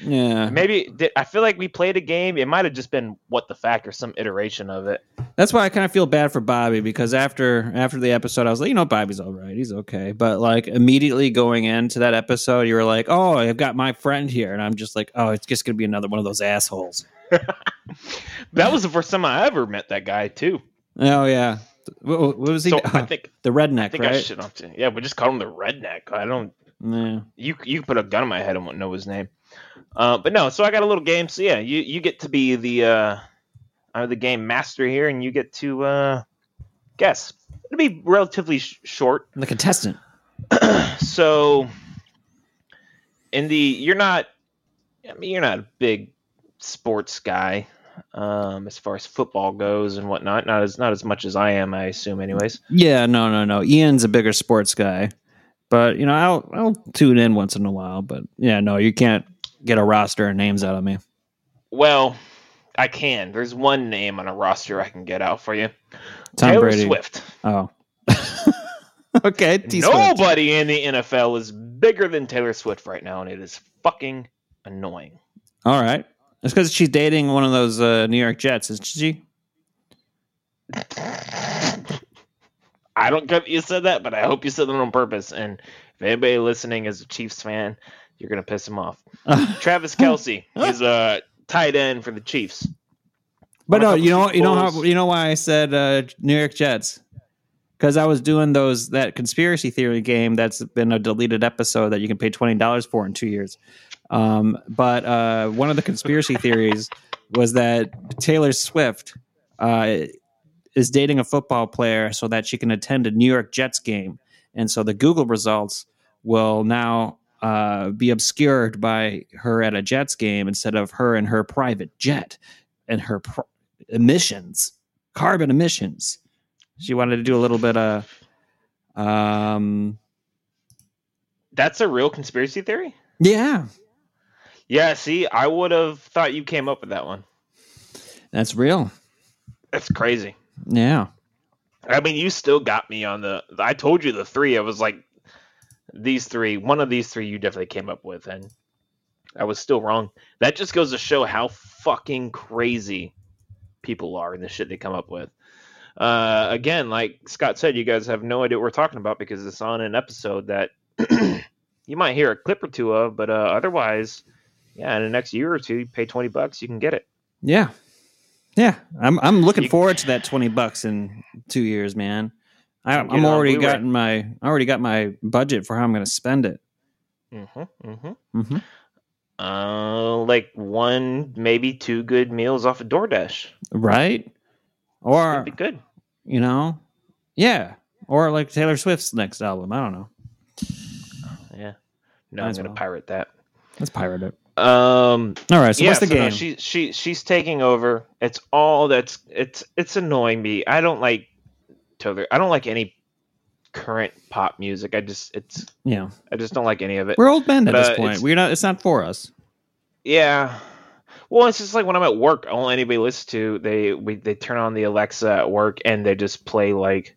Speaker 2: yeah.
Speaker 1: Maybe did, I feel like we played a game. It might have just been what the fact or some iteration of it.
Speaker 2: That's why I kind of feel bad for Bobby because after after the episode, I was like, you know, Bobby's all right, he's okay. But like immediately going into that episode, you were like, oh, I've got my friend here, and I'm just like, oh, it's just gonna be another one of those assholes.
Speaker 1: That was the first time I ever met that guy too.
Speaker 2: Oh yeah, what, what was he?
Speaker 1: So I think
Speaker 2: the
Speaker 1: I
Speaker 2: redneck,
Speaker 1: think I
Speaker 2: uh, right?
Speaker 1: should. Yeah, we just called him the redneck. I don't.
Speaker 2: yeah.
Speaker 1: you you put a gun in my head and won't know his name. Uh, but no, so I got a little game. So yeah, you you get to be the uh, uh the game master here, and you get to uh, guess. It'll be relatively sh- short.
Speaker 2: the contestant.
Speaker 1: So in the you're not, I mean you're not a big sports guy um, as far as football goes and whatnot. Not as not as much as I am, I assume. Anyways,
Speaker 2: Yeah, no, no, no. Ian's a bigger sports guy, but you know, I'll I'll tune in once in a while. But yeah, no, you can't get a roster and names out of me.
Speaker 1: well. I can. There's one name on a roster I can get out for you.
Speaker 2: Tom
Speaker 1: Taylor
Speaker 2: Brady.
Speaker 1: Swift.
Speaker 2: Oh. okay. T Swift.
Speaker 1: Nobody in the NFL is bigger than Taylor Swift right now, and it is fucking annoying.
Speaker 2: All right. It's because she's dating one of those uh, New York Jets, isn't she?
Speaker 1: I don't care if you said that, but I hope you said that on purpose. And if anybody listening is a Chiefs fan, you're gonna piss him off. Travis Kelsey, he's a tight end for the Chiefs.
Speaker 2: But
Speaker 1: Wanna
Speaker 2: no,
Speaker 1: talk
Speaker 2: you know,
Speaker 1: about
Speaker 2: you know how
Speaker 1: Bulls?
Speaker 2: you know why I said uh, New York Jets because I was doing those that conspiracy theory game that's been a deleted episode that you can pay twenty dollars for in two years. Um, but uh, one of the conspiracy theories was that Taylor Swift uh, is dating a football player so that she can attend a New York Jets game, and so the Google results will now uh, be obscured by her at a Jets game instead of her in her private jet and her pr- emissions, carbon emissions. She wanted to do a little bit of, um,
Speaker 1: That's a real conspiracy theory.
Speaker 2: yeah,
Speaker 1: Yeah, see, I would have thought you came up with that one.
Speaker 2: that's real.
Speaker 1: That's crazy.
Speaker 2: Yeah,
Speaker 1: I mean, you still got me on the. I told you the three. I was like, these three, one of these three, you definitely came up with, and I was still wrong. That just goes to show how fucking crazy people are and the shit they come up with. Uh, again, like Scott said, you guys have no idea what we're talking about because it's on an episode that you might hear a clip or two of, but uh, otherwise, yeah, in the next year or two, you pay twenty bucks, you can get it.
Speaker 2: yeah, yeah. I'm I'm looking
Speaker 1: You-
Speaker 2: forward to that twenty bucks in two years, man. I,
Speaker 1: Get it
Speaker 2: I'm
Speaker 1: on
Speaker 2: already
Speaker 1: Blu-ray.
Speaker 2: gotten my I already got my budget for how I'm going to spend it.
Speaker 1: Mm-hmm, mm-hmm.
Speaker 2: hmm
Speaker 1: Uh, like one, maybe two good meals off of DoorDash.
Speaker 2: Right? Or
Speaker 1: That'd be good.
Speaker 2: you know, yeah. Or like Taylor Swift's next album. I don't know.
Speaker 1: Yeah. No,
Speaker 2: Might
Speaker 1: I'm
Speaker 2: as
Speaker 1: gonna
Speaker 2: well.
Speaker 1: pirate that.
Speaker 2: Let's pirate it.
Speaker 1: Um,
Speaker 2: All right. So
Speaker 1: yeah,
Speaker 2: what's the
Speaker 1: so
Speaker 2: game?
Speaker 1: no, she she she's taking over. It's all that's it's it's annoying me. I don't like Taylor. I don't like any current pop music. I just it's
Speaker 2: yeah,
Speaker 1: I just don't like any of it.
Speaker 2: we're old men at
Speaker 1: but, uh,
Speaker 2: this point.
Speaker 1: it's-
Speaker 2: We're not. It's not for us.
Speaker 1: Yeah. Well, it's just like when I'm at work, all anybody listens to they we they turn on the Alexa at work and they just play like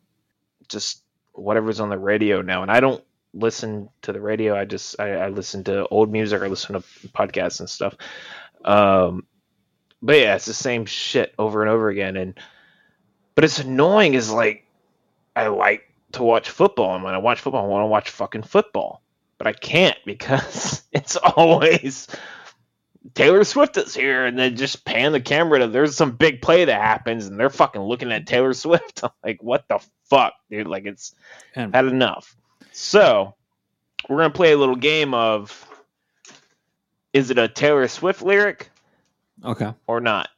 Speaker 1: just whatever's on the radio now. And I don't listen to the radio. I just I, I listen to old music. I listen to podcasts and stuff. Um, but yeah, it's the same shit over and over again. And but it's annoying. Is like I like to watch football, and when I watch football, I want to watch fucking football, but I can't because it's always. Taylor Swift is here, and then just pan the camera to there's some big play that happens, and they're fucking looking at Taylor Swift. I'm like, what the fuck, dude? Like, it's
Speaker 2: And-
Speaker 1: had enough. So, we're gonna play a little game of is it a Taylor Swift lyric
Speaker 2: Okay.
Speaker 1: or not?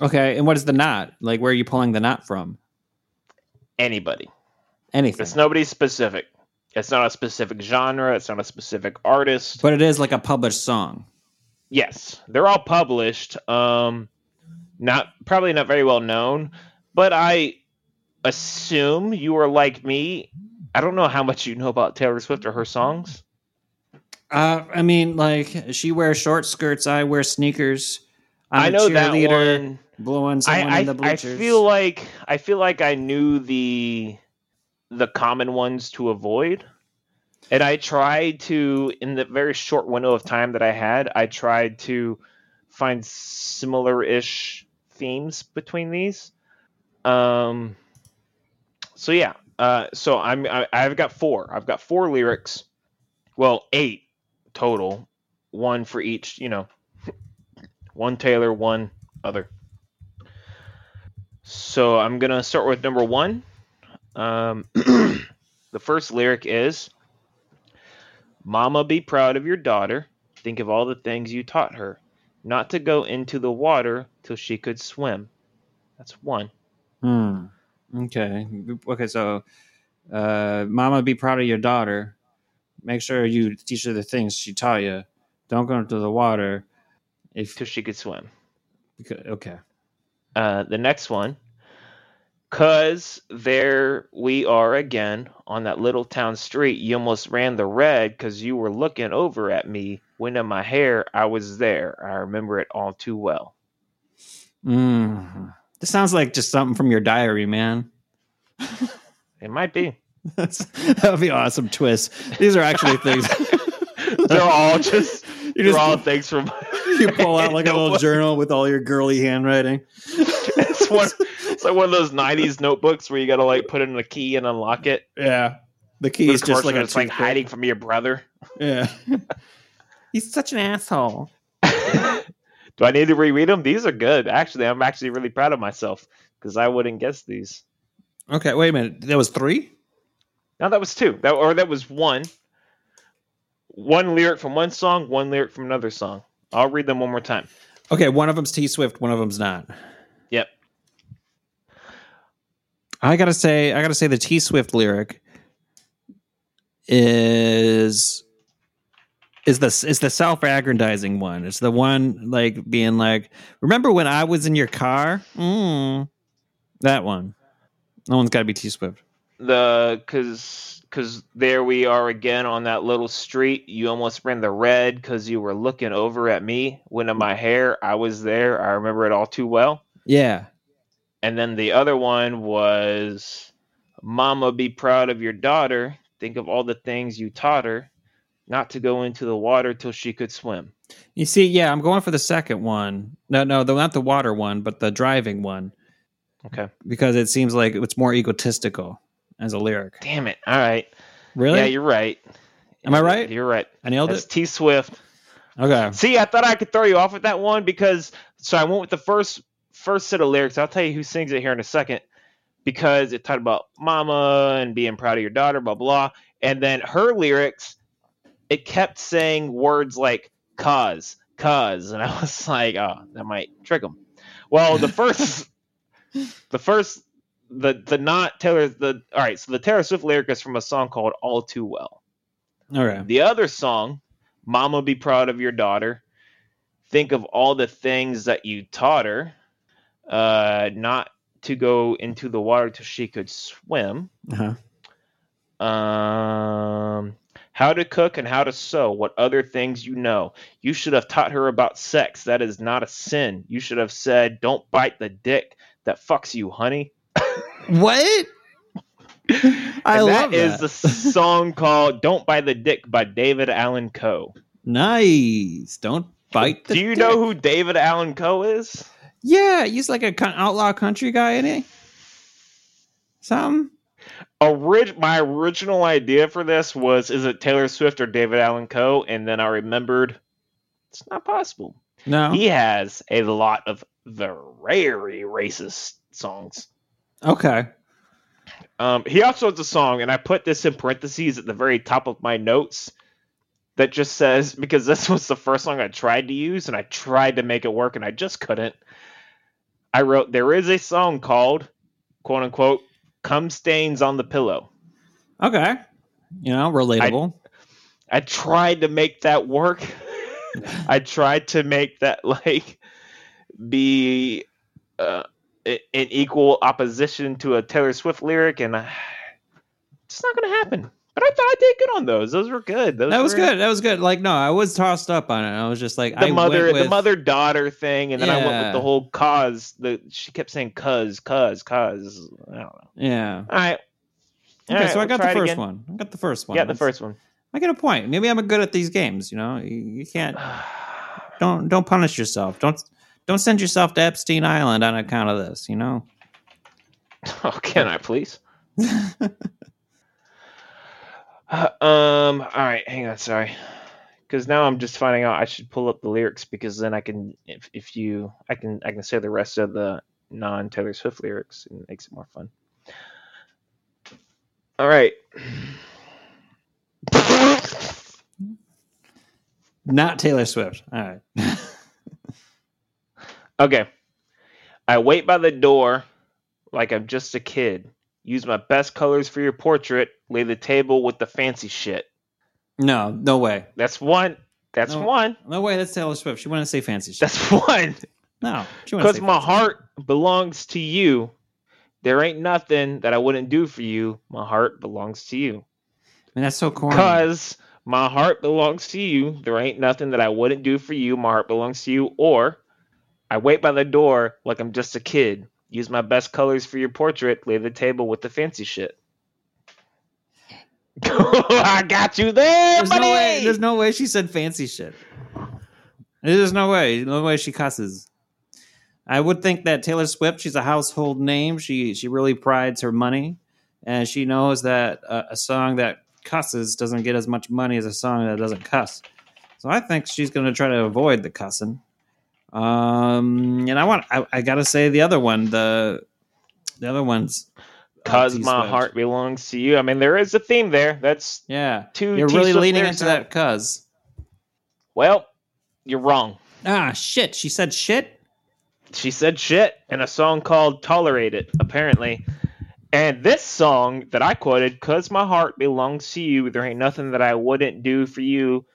Speaker 2: Okay. And what is the knot? Like, where are you pulling the knot from?
Speaker 1: Anybody.
Speaker 2: Anything.
Speaker 1: It's nobody specific. It's not a specific genre. It's not a specific artist.
Speaker 2: but it is like a published song.
Speaker 1: Yes, they're all published. Um, not probably not very well known, but I assume you are like me. I don't know how much you know about Taylor Swift or her songs.
Speaker 2: Uh, I mean, like she wears short skirts. I wear sneakers. I'm
Speaker 1: i
Speaker 2: a
Speaker 1: know that
Speaker 2: cheerleader,
Speaker 1: one.
Speaker 2: Blowing
Speaker 1: I,
Speaker 2: someone in
Speaker 1: I, I
Speaker 2: the bleachers.
Speaker 1: feel like I feel like I knew the the common ones to avoid. And I tried to in the very short window of time that I had, I tried to find similar-ish themes between these. Um so yeah, uh so I'm I, I've got four. I've got four lyrics. Well, eight total. One for each, you know. one Taylor, one other. So I'm gonna start with number one. Um, the first lyric is, "Mama, be proud of your daughter. Think of all the things you taught her, not to go into the water till she could swim." That's one.
Speaker 2: Hmm. Okay. Okay. So, uh, Mama, be proud of your daughter. Make sure you teach her the things she taught you. Don't go into the water. If
Speaker 1: Till she could swim.
Speaker 2: beca- okay.
Speaker 1: Uh, the next one, cause there we are again on that little town street. You almost ran the red because you were looking over at me. Wind in my hair, I was there. I remember it all too well.
Speaker 2: Mm. This sounds like just something from your diary, man.
Speaker 1: It might be.
Speaker 2: That's, that would be an awesome twist. These are actually things.
Speaker 1: They're all just
Speaker 2: you
Speaker 1: you
Speaker 2: just
Speaker 1: are all things from
Speaker 2: you pull out like a little
Speaker 1: Notebook.
Speaker 2: journal with all your girly handwriting.
Speaker 1: It's one it's like one of those nineties notebooks where you gotta like put in a key and unlock it.
Speaker 2: Yeah, the
Speaker 1: But
Speaker 2: key is
Speaker 1: of
Speaker 2: just
Speaker 1: course,
Speaker 2: like
Speaker 1: when
Speaker 2: a
Speaker 1: it's like
Speaker 2: toothpick.
Speaker 1: hiding from your brother.
Speaker 2: Yeah, he's such an asshole.
Speaker 1: the Do I need to reread them? These are good. Actually, I'm actually really proud of myself because I wouldn't guess these.
Speaker 2: Okay, wait a minute. There was three.
Speaker 1: No, that was two. That or that was one. One lyric from one song, one lyric from another song. I'll read them one more time.
Speaker 2: Okay, one of them's T Swift, one of them's not.
Speaker 1: Yep.
Speaker 2: I gotta say, I gotta say, the T Swift lyric is is the is the self aggrandizing one. It's the one like being like, "Remember when I was in your car?" Mm. That one. That one's got to be T Swift.
Speaker 1: The cause cause there we are again on that little street. You almost ran the red cause you were looking over at me. When in my hair, I was there. I remember it all too well.
Speaker 2: Yeah.
Speaker 1: And then the other one was Mama be proud of your daughter. Think of all the things you taught her not to go into the water till she could swim.
Speaker 2: You see, yeah, I'm going for the second one. No, no, the, not the water one, but the driving one
Speaker 1: Okay.
Speaker 2: because it seems like it's more egotistical as a lyric.
Speaker 1: Damn it. All right.
Speaker 2: Really?
Speaker 1: Yeah, you're right.
Speaker 2: Am I right?
Speaker 1: You're right.
Speaker 2: I nailed
Speaker 1: That's
Speaker 2: it.
Speaker 1: T Swift.
Speaker 2: Okay.
Speaker 1: See, I thought I could throw you off with that one because so I went with the first first set of lyrics. I'll tell you who sings it here in a second because it talked about mama and being proud of your daughter, blah blah. And then her lyrics, it kept saying words like cause, cause, and I was like, oh, that might trick them. Well, the first, the first, the the not Taylor the all right. So the Taylor Swift lyric is from a song called All Too Well.
Speaker 2: All right.
Speaker 1: The other song, Mama Be Proud of Your Daughter, think of all the things that you taught her, uh, not to go into the water till she could swim,
Speaker 2: Uh-huh.
Speaker 1: um, how to cook and how to sew, what other things you know. You should have taught her about sex. That is not a sin. You should have said, don't bite the dick that fucks you, honey.
Speaker 2: What? I
Speaker 1: and
Speaker 2: love
Speaker 1: that is
Speaker 2: that.
Speaker 1: the song called Don't Bite the Dick by David Allen Coe.
Speaker 2: nice. Don't bite. The
Speaker 1: Do you
Speaker 2: dick.
Speaker 1: know who David Allen Coe is?
Speaker 2: Yeah, he's like a con- outlaw country guy, ain't he? Something.
Speaker 1: Orig- my original idea for this was is it Taylor Swift or David Allen Coe? And then I remembered it's not possible.
Speaker 2: No.
Speaker 1: He has a lot of very racist songs.
Speaker 2: okay.
Speaker 1: Um, he also has a song, and I put this in parentheses at the very top of my notes that just says because this was the first song I tried to use, and I tried to make it work, and I just couldn't. I wrote there is a song called "quote unquote" "Cum Stains on the Pillow."
Speaker 2: Okay. You know, relatable.
Speaker 1: I tried to make that work. I tried to make that like be uh, i- in equal opposition to a Taylor Swift lyric, and I, it's not gonna happen. But I thought I did good on those. Those were good. Those
Speaker 2: that was
Speaker 1: were-
Speaker 2: good. That was good. Like, no, I was tossed up on it. I was just like,
Speaker 1: The
Speaker 2: I
Speaker 1: mother,
Speaker 2: went
Speaker 1: the
Speaker 2: with-
Speaker 1: mother daughter thing, and then I went
Speaker 2: Yeah.
Speaker 1: with the whole cause. The she kept saying cause, cause, cause. I don't know. All
Speaker 2: Yeah.
Speaker 1: right. All
Speaker 2: Okay,
Speaker 1: right,
Speaker 2: so I
Speaker 1: we'll
Speaker 2: got
Speaker 1: try
Speaker 2: the
Speaker 1: it
Speaker 2: first
Speaker 1: again.
Speaker 2: one. I got the first one.
Speaker 1: Yeah, the
Speaker 2: That's-
Speaker 1: first one.
Speaker 2: I get a point. Maybe I'm good at these games. You know, you, you can't. Don't don't punish yourself. Don't don't send yourself to Epstein Island on account of this. You know.
Speaker 1: Oh, can I please? Uh, um. All right, hang on. Sorry, because now I'm just finding out I should pull up the lyrics because then I can, if if you, I can, I can say the rest of the non Taylor Swift lyrics and it makes it more fun. All right.
Speaker 2: Not Taylor Swift. All right.
Speaker 1: Okay. I wait by the door like I'm just a kid. Use my best colors for your portrait. Lay the table with the fancy shit.
Speaker 2: No, no way.
Speaker 1: That's one. That's
Speaker 2: No.
Speaker 1: one.
Speaker 2: No way. That's Taylor Swift. She wouldn't say fancy shit.
Speaker 1: That's one.
Speaker 2: No, she wouldn't
Speaker 1: Because
Speaker 2: say
Speaker 1: my
Speaker 2: fancy
Speaker 1: heart belongs to you. There ain't nothing that I wouldn't do for you. My heart belongs to you.
Speaker 2: shit. I mean, that's so corny.
Speaker 1: Because my heart belongs to you. There ain't nothing that I wouldn't do for you. My heart belongs to you. Or I wait by the door like I'm just a kid. Use my best colors for your portrait. Lay the table with the fancy shit. I got you there,
Speaker 2: There's
Speaker 1: buddy.
Speaker 2: no way. There's no way she said fancy shit. There's no way. No way she cusses. I would think that Taylor Swift. She's a household name. She she really prides her money, and she knows that uh, a song that cusses doesn't get as much money as a song that doesn't cuss. So I think she's going to try to avoid the cussing. Um, and I want I, I gotta say the other one, the the other one's uh,
Speaker 1: Cause my
Speaker 2: T-Swift.
Speaker 1: heart belongs to you. I mean, there is a theme there. That's
Speaker 2: Yeah,
Speaker 1: 2
Speaker 2: you're really
Speaker 1: T-Swift
Speaker 2: leaning
Speaker 1: lyrics
Speaker 2: into
Speaker 1: now.
Speaker 2: that cuz.
Speaker 1: Well, you're wrong.
Speaker 2: Ah, shit. She said shit.
Speaker 1: She said shit in a song called Tolerate It, apparently. And this song that I quoted, Cause My Heart Belongs to You, There Ain't Nothing That I Wouldn't Do for You,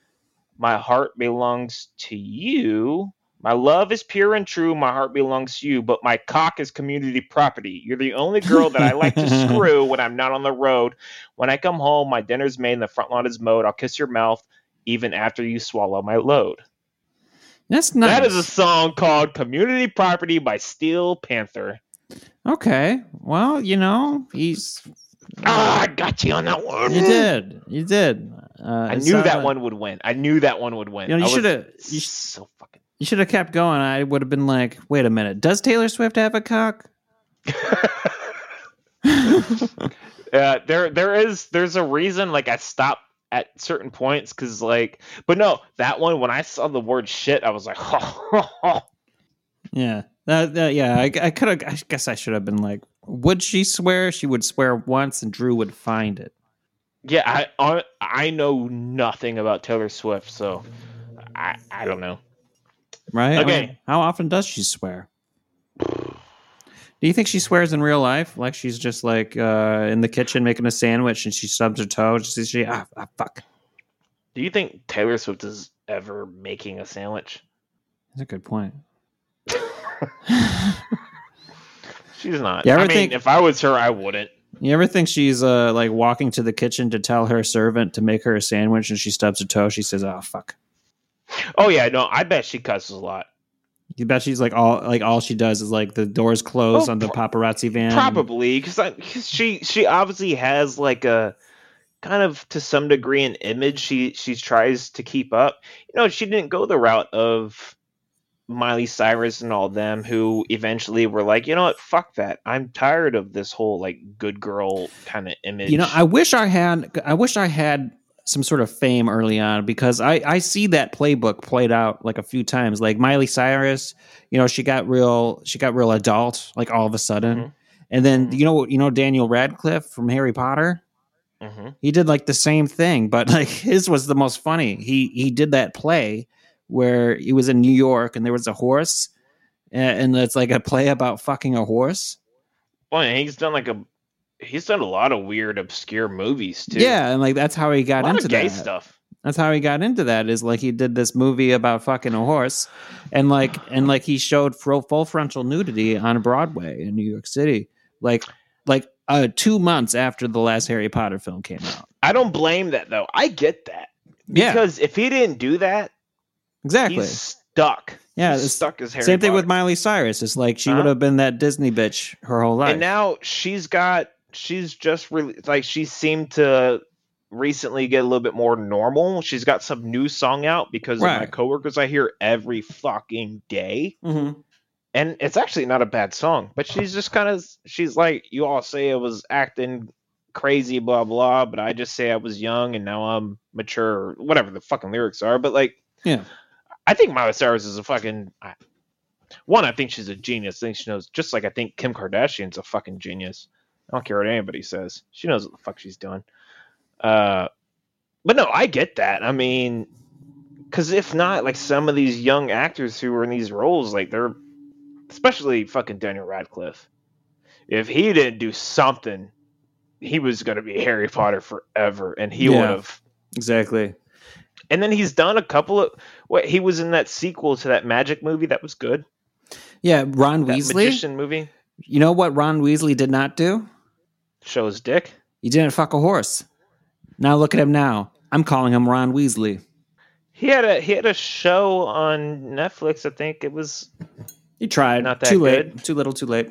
Speaker 1: My Heart Belongs to You. My love is pure and true, my heart belongs to you, but my cock is community property. You're the only girl that I like to screw when I'm not on the road. When I come home, my dinner's made and the front lawn is mowed. I'll kiss your mouth even after you swallow my load.
Speaker 2: That's nice.
Speaker 1: That is a song called Community Property by Steel Panther.
Speaker 2: okay. Well, you know, he's.
Speaker 1: Ah, I got you on that one.
Speaker 2: you did. You did. Uh,
Speaker 1: Mm-hmm. I
Speaker 2: it
Speaker 1: knew
Speaker 2: sounded
Speaker 1: that
Speaker 2: like-
Speaker 1: one would win. I knew that one would win.
Speaker 2: You know,
Speaker 1: I
Speaker 2: you
Speaker 1: was
Speaker 2: should have. You, sh-
Speaker 1: so fucking.
Speaker 2: you should have kept going. I would have been like, wait a minute. Does Taylor Swift have a cock?
Speaker 1: uh, there, there is, there's a reason. Like I stop at certain points because, like, but no, that one when I saw the word shit, I was like,
Speaker 2: Yeah. That, that- yeah. I, I could have. I guess I should have been like, would she swear? She would swear once, and Drew would find it.
Speaker 1: yeah, I, I, I know nothing about Taylor Swift, so I, I don't know.
Speaker 2: Right. I
Speaker 1: Okay.
Speaker 2: mean, how often does she swear? Do you think she swears in real life? Like she's just like uh, in the kitchen making a sandwich and she stubs her toe. She says, she, ah, ah, fuck.
Speaker 1: Do you think Taylor Swift is ever making a sandwich?
Speaker 2: That's a good point.
Speaker 1: She's not.
Speaker 2: You ever
Speaker 1: I mean,
Speaker 2: think-
Speaker 1: if I was her, I wouldn't.
Speaker 2: You ever think she's uh, like walking to the kitchen to tell her servant to make her a sandwich and she stubs her toe? She says, oh, fuck.
Speaker 1: Oh yeah, no, I bet she cusses a lot.
Speaker 2: You bet she's like all like all she does is like the doors close
Speaker 1: Oh,
Speaker 2: on the paparazzi van.
Speaker 1: Probably because she she obviously has like a kind of to some degree an image she she tries to keep up. You know, she didn't go the route of Miley Cyrus and all them who eventually were like, you know what, fuck that. I'm tired of this whole like good girl kind of image.
Speaker 2: You know, I wish I had. I wish I had some sort of fame early on because I I see that playbook played out like a few times. Like Miley Cyrus, you know, she got real. She got real adult like all of a sudden.
Speaker 1: Mhm.
Speaker 2: And then
Speaker 1: Mhm.
Speaker 2: you know you know Daniel Radcliffe from Harry Potter.
Speaker 1: Mhm.
Speaker 2: He did like the same thing, but like his was the most funny. He he did that play where he was in New York and there was a horse, a- and it's like a play about fucking a horse.
Speaker 1: Well, and he's done like a he's done a lot of weird obscure movies too.
Speaker 2: Yeah, and like that's how he
Speaker 1: a
Speaker 2: got
Speaker 1: lot
Speaker 2: into
Speaker 1: of gay
Speaker 2: that.
Speaker 1: stuff.
Speaker 2: That's how he got into that. Is like he did this movie about fucking a horse, and like and like he showed full, full frontal nudity on Broadway in New York City, like like uh, two months after the last Harry Potter film came out.
Speaker 1: I don't blame that though. I get that
Speaker 2: Yeah,
Speaker 1: because if he didn't do that,
Speaker 2: exactly.
Speaker 1: he's stuck.
Speaker 2: Yeah,
Speaker 1: he's
Speaker 2: it's-
Speaker 1: stuck as Harry.
Speaker 2: Same thing with
Speaker 1: Potter.
Speaker 2: Miley Cyrus. It's like she
Speaker 1: Huh?
Speaker 2: would have been that Disney bitch her whole life.
Speaker 1: And now she's got she's just really like she seemed to recently get a little bit more normal. She's got some new song out because of my
Speaker 2: Right.
Speaker 1: coworkers I hear every fucking day.
Speaker 2: Mhm.
Speaker 1: And it's actually not a bad song, but she's just kind of she's like you all say I was acting crazy blah blah, but I just say I was young and now I'm mature or whatever the fucking lyrics are, but like
Speaker 2: yeah,
Speaker 1: I think Miley Cyrus is a fucking I- one. I think she's a genius. I think she knows, just like I think Kim Kardashian's a fucking genius. I don't care what anybody says. She knows what the fuck she's doing. Uh, but no, I get that. I mean, because if not, like some of these young actors who are in these roles, like they're especially fucking Daniel Radcliffe. If he didn't do something, he was gonna be Harry Potter forever, and he
Speaker 2: Yeah.
Speaker 1: would have
Speaker 2: exactly.
Speaker 1: and then he's done a couple of what he was in that sequel to that magic movie that was good.
Speaker 2: Yeah, Ron
Speaker 1: That
Speaker 2: Weasley.
Speaker 1: magician movie
Speaker 2: You know what Ron Weasley did not do?
Speaker 1: shows dick.
Speaker 2: He didn't fuck a horse. Now look at him now. I'm calling him Ron Weasley.
Speaker 1: He had a he had a show on Netflix, I think it was
Speaker 2: He tried.
Speaker 1: Not that
Speaker 2: too
Speaker 1: good.
Speaker 2: late. Too little. Too late.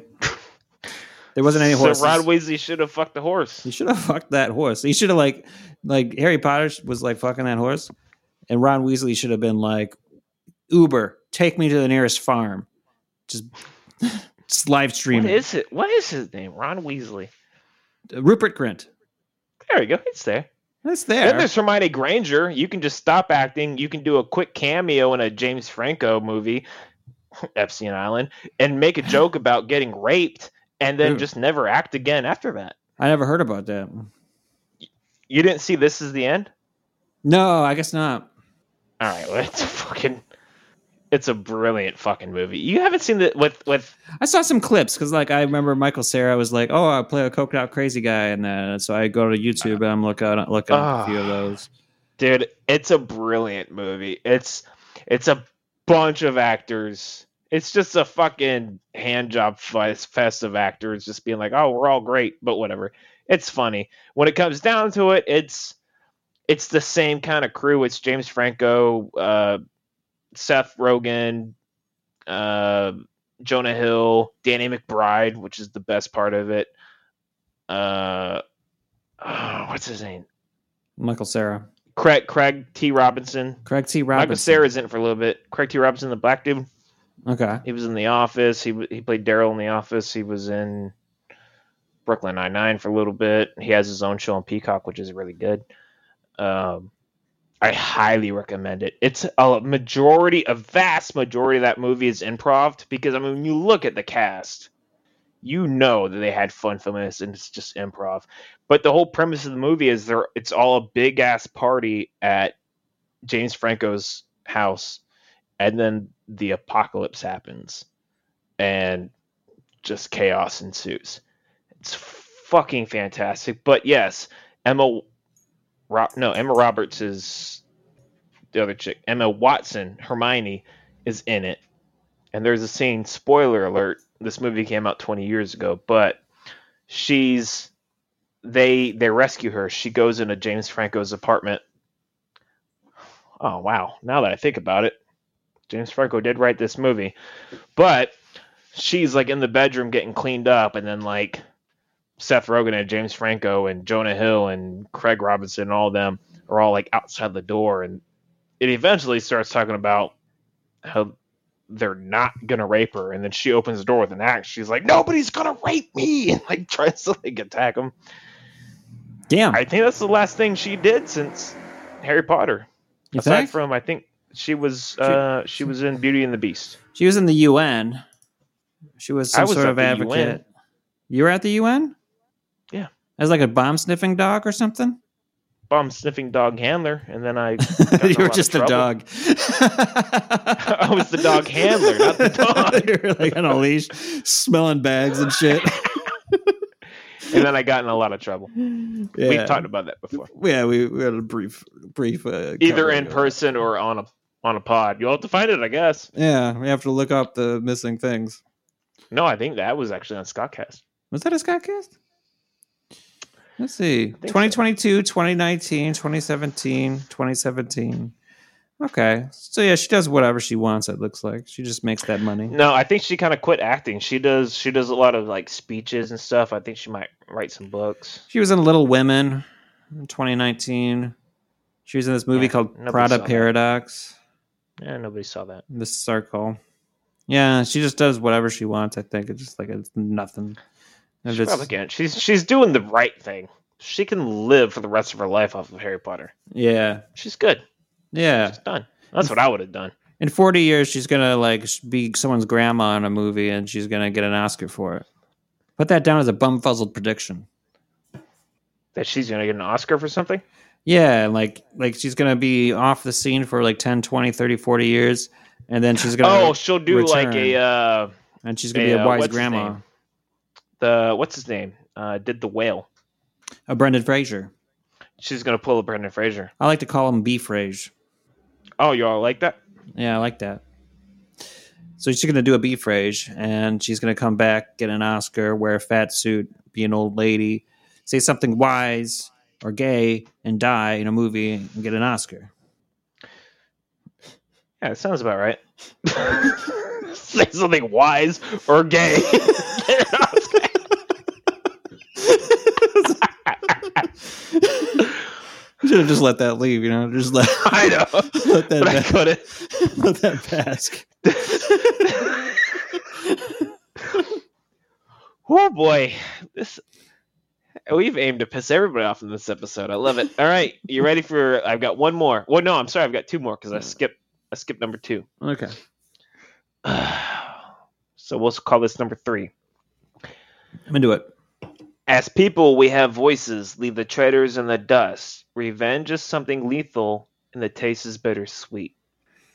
Speaker 2: There wasn't any horses.
Speaker 1: So Rod Weasley should have fucked the horse.
Speaker 2: he should have fucked that horse. He should have like, like Harry Potter was like fucking that horse, and Ron Weasley should have been like, Uber, take me to the nearest farm. Just, just live
Speaker 1: What
Speaker 2: stream it.
Speaker 1: is it? What is his name? Ron Weasley.
Speaker 2: Rupert Grint.
Speaker 1: There you go. It's there.
Speaker 2: That's
Speaker 1: Then
Speaker 2: there.
Speaker 1: there's Hermione Granger. You can just stop acting. You can do a quick cameo in a James Franco movie. Epstein Island and make a joke about getting raped and then
Speaker 2: Ooh.
Speaker 1: just never act again after that.
Speaker 2: I never heard about that.
Speaker 1: You didn't see this is the end?
Speaker 2: No, I guess not.
Speaker 1: All right, well, it's a fucking it's a brilliant fucking movie. You haven't seen the with with
Speaker 2: I saw some clips because, like, I remember Michael Sarah was like, "Oh, I play a coked out crazy guy," and uh, so I go to YouTube and I'm looking looking up a few of
Speaker 1: Ah.
Speaker 2: those.
Speaker 1: dude, it's a brilliant movie. It's it's a bunch of actors. It's just a fucking hand job fest fest of actors just being like, "Oh, we're all great," but whatever. It's funny. When it comes down to it, it's it's the same kind of crew. It's James Franco, uh, Seth Rogen, uh, Jonah Hill, Danny McBride, which is the best part of it. Uh, oh, what's his name?
Speaker 2: Michael Sarah,
Speaker 1: Craig Craig T. Robinson.
Speaker 2: Craig T.
Speaker 1: Michael
Speaker 2: Robinson.
Speaker 1: Sarah's in it for a little bit. Craig T. Robinson, the black dude,
Speaker 2: Okay,
Speaker 1: he was in The Office. He w- he played Daryl in The Office. He was in Brooklyn Nine Nine for a little bit. He has his own show on Peacock, which is really good. Um, I highly recommend it. It's a majority, a vast majority of that movie is improv because I mean, when you look at the cast, you know that they had fun filming this, and it's just improv. But the whole premise of the movie is there. It's all a big ass party at James Franco's house and then the apocalypse happens and just chaos ensues it's fucking fantastic but yes emma Ro- no emma roberts is the other chick emma watson hermione is in it and there's a scene spoiler alert this movie came out 20 years ago but she's they they rescue her she goes into james franco's apartment oh wow now that i think about it James Franco did write this movie, but she's like in the bedroom getting cleaned up, and then like Seth Rogen and James Franco and Jonah Hill and Craig Robinson and all them are all like outside the door, and it eventually starts talking about how they're not gonna rape her, and then she opens the door with an axe. She's like, "Nobody's gonna rape me!" and like tries to like attack him.
Speaker 2: damn.
Speaker 1: I think that's the last thing she did since Harry Potter.
Speaker 2: You
Speaker 1: Aside
Speaker 2: think?
Speaker 1: from, I think she was uh, she was in Beauty and the Beast.
Speaker 2: she was in the UN. She was some
Speaker 1: I was
Speaker 2: sort
Speaker 1: at
Speaker 2: of
Speaker 1: the
Speaker 2: advocate.
Speaker 1: UN.
Speaker 2: You were at the UN.
Speaker 1: Yeah.
Speaker 2: as like a bomb sniffing dog or something.
Speaker 1: bomb sniffing dog handler, and then I in
Speaker 2: you
Speaker 1: a
Speaker 2: were
Speaker 1: lot of
Speaker 2: just a
Speaker 1: trouble.
Speaker 2: dog. I
Speaker 1: was the dog handler, not the dog.
Speaker 2: you were like on a leash, smelling bags and shit.
Speaker 1: and then I got in a lot of trouble.
Speaker 2: yeah.
Speaker 1: We've talked about that before,
Speaker 2: Yeah, we, we had a brief, brief. Uh,
Speaker 1: either
Speaker 2: covering
Speaker 1: in
Speaker 2: of-
Speaker 1: person or on a on a pod. You'll have to find it, I guess.
Speaker 2: Yeah, we have to look up the missing things.
Speaker 1: No, I think that was actually on Scottcast.
Speaker 2: Was that a Scottcast? Let's see.
Speaker 1: so.
Speaker 2: 2022, 2019, 2017, 2017. Okay. So, yeah, she does whatever she wants, it looks like. She just makes that money.
Speaker 1: No, I think she kind of quit acting. She does she does a lot of like speeches and stuff. I think she might write some books.
Speaker 2: She was in Little Women in 2019. She was in this movie
Speaker 1: Yeah,
Speaker 2: called
Speaker 1: nobody
Speaker 2: Prada
Speaker 1: saw that.
Speaker 2: Paradox,
Speaker 1: Yeah, nobody saw that.
Speaker 2: The Circle. Yeah, she just does whatever she wants, I think. It's just like it's nothing. If
Speaker 1: She
Speaker 2: it's-
Speaker 1: probably can't. She's she's doing the right thing. She can live for the rest of her life off of Harry Potter.
Speaker 2: yeah.
Speaker 1: She's good.
Speaker 2: Yeah.
Speaker 1: She's done. That's what I would have done.
Speaker 2: In 40 years, she's gonna like sh- be someone's grandma in a movie, and she's gonna get an Oscar for it. Put that down as a bumfuzzled prediction.
Speaker 1: That she's gonna get an Oscar for something.
Speaker 2: Yeah, like like she's gonna be off the scene for like 10, 20, 30, 40 years, and then she's gonna
Speaker 1: Oh, she'll do like a uh,
Speaker 2: and she's gonna be
Speaker 1: yeah,
Speaker 2: a wise
Speaker 1: what's his
Speaker 2: grandma,
Speaker 1: name? the what's his name? Uh, did the whale?
Speaker 2: a Brendan Fraser.
Speaker 1: She's gonna pull a Brendan Fraser.
Speaker 2: I like to call him B Fraser.
Speaker 1: Oh, you all like that?
Speaker 2: Yeah, I like that. So she's gonna do a beef rage, and she's gonna come back, get an Oscar, wear a fat suit, be an old lady, say something wise or gay, and die in a movie and get an Oscar.
Speaker 1: Yeah, it sounds about right. Say something wise or gay.
Speaker 2: Should have just let that leave, you know. Just let
Speaker 1: I know,
Speaker 2: let that
Speaker 1: but I
Speaker 2: pa-
Speaker 1: couldn't.
Speaker 2: let that pass.
Speaker 1: Oh boy, this we've aimed to piss everybody off in this episode. I love it. All right, you ready for? I've got one more. Well, no, I'm sorry, I've got two more because I skipped. I skipped number two.
Speaker 2: Okay.
Speaker 1: so we'll call this number three.
Speaker 2: I'm into it.
Speaker 1: As people, we have voices. Leave the traitors in the dust. Revenge is something lethal, and the taste is bittersweet.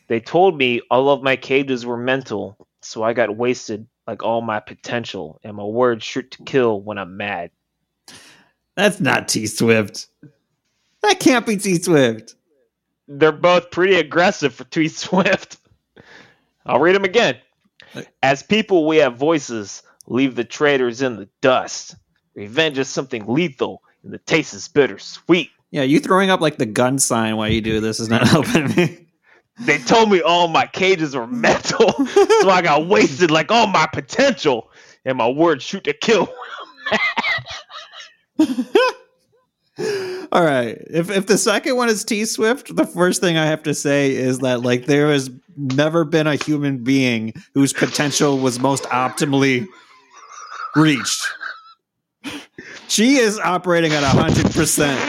Speaker 1: They told me all of my cages were mental, so I got wasted like all my potential, and my words shoot to kill when I'm mad.
Speaker 2: That's not T Swift. That can't be T Swift.
Speaker 1: They're both pretty aggressive for T Swift. I'll read them again. As people, we have voices. Leave the traitors in the dust. Revenge is something lethal, and the taste is bittersweet.
Speaker 2: Yeah, you throwing up like the gun sign while you do this is not helping me.
Speaker 1: They told me all my cages were metal, so I got wasted like all my potential, and my words shoot to kill.
Speaker 2: All right. If if the second one is T Swift, the first thing I have to say is that like there has never been a human being whose potential was most optimally reached. She is operating at hundred percent.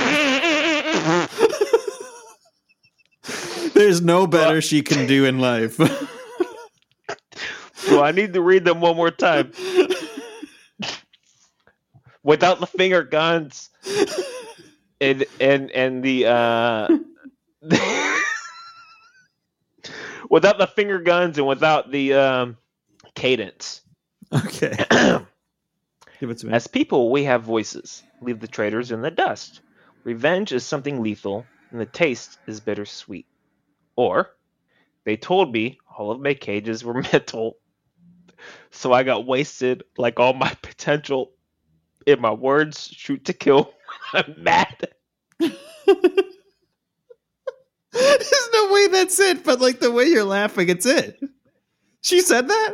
Speaker 2: There's no better she can do in life.
Speaker 1: so I need to read them one more time. Without the finger guns and and and the uh without the finger guns and without the um cadence.
Speaker 2: okay. Give it to me.
Speaker 1: As people, we have voices. Leave the traitors in the dust. Revenge is something lethal, and the taste is bittersweet. Or, they told me all of my cages were mental, so I got wasted like all my potential. In my words, shoot to kill. I'm mad.
Speaker 2: There's no way that's it, but like the way you're laughing, it's it. She said that?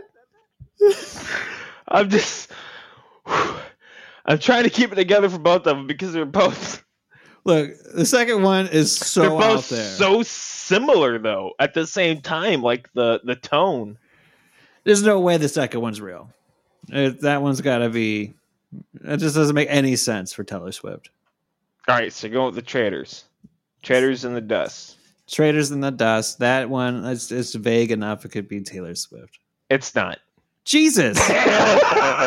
Speaker 1: I'm just. I'm trying to keep it together for both of them because they're both
Speaker 2: Look, the second one is
Speaker 1: they're
Speaker 2: so
Speaker 1: both
Speaker 2: out there.
Speaker 1: so similar though at the same time like the the tone
Speaker 2: There's no way the second one's real. It, that one's got to be. That just doesn't make any sense for Taylor Swift.
Speaker 1: all right so going with the traders traders in the dust
Speaker 2: Traders in the Dust. That one is it's vague enough. It could be Taylor Swift.
Speaker 1: it's not
Speaker 2: Jesus.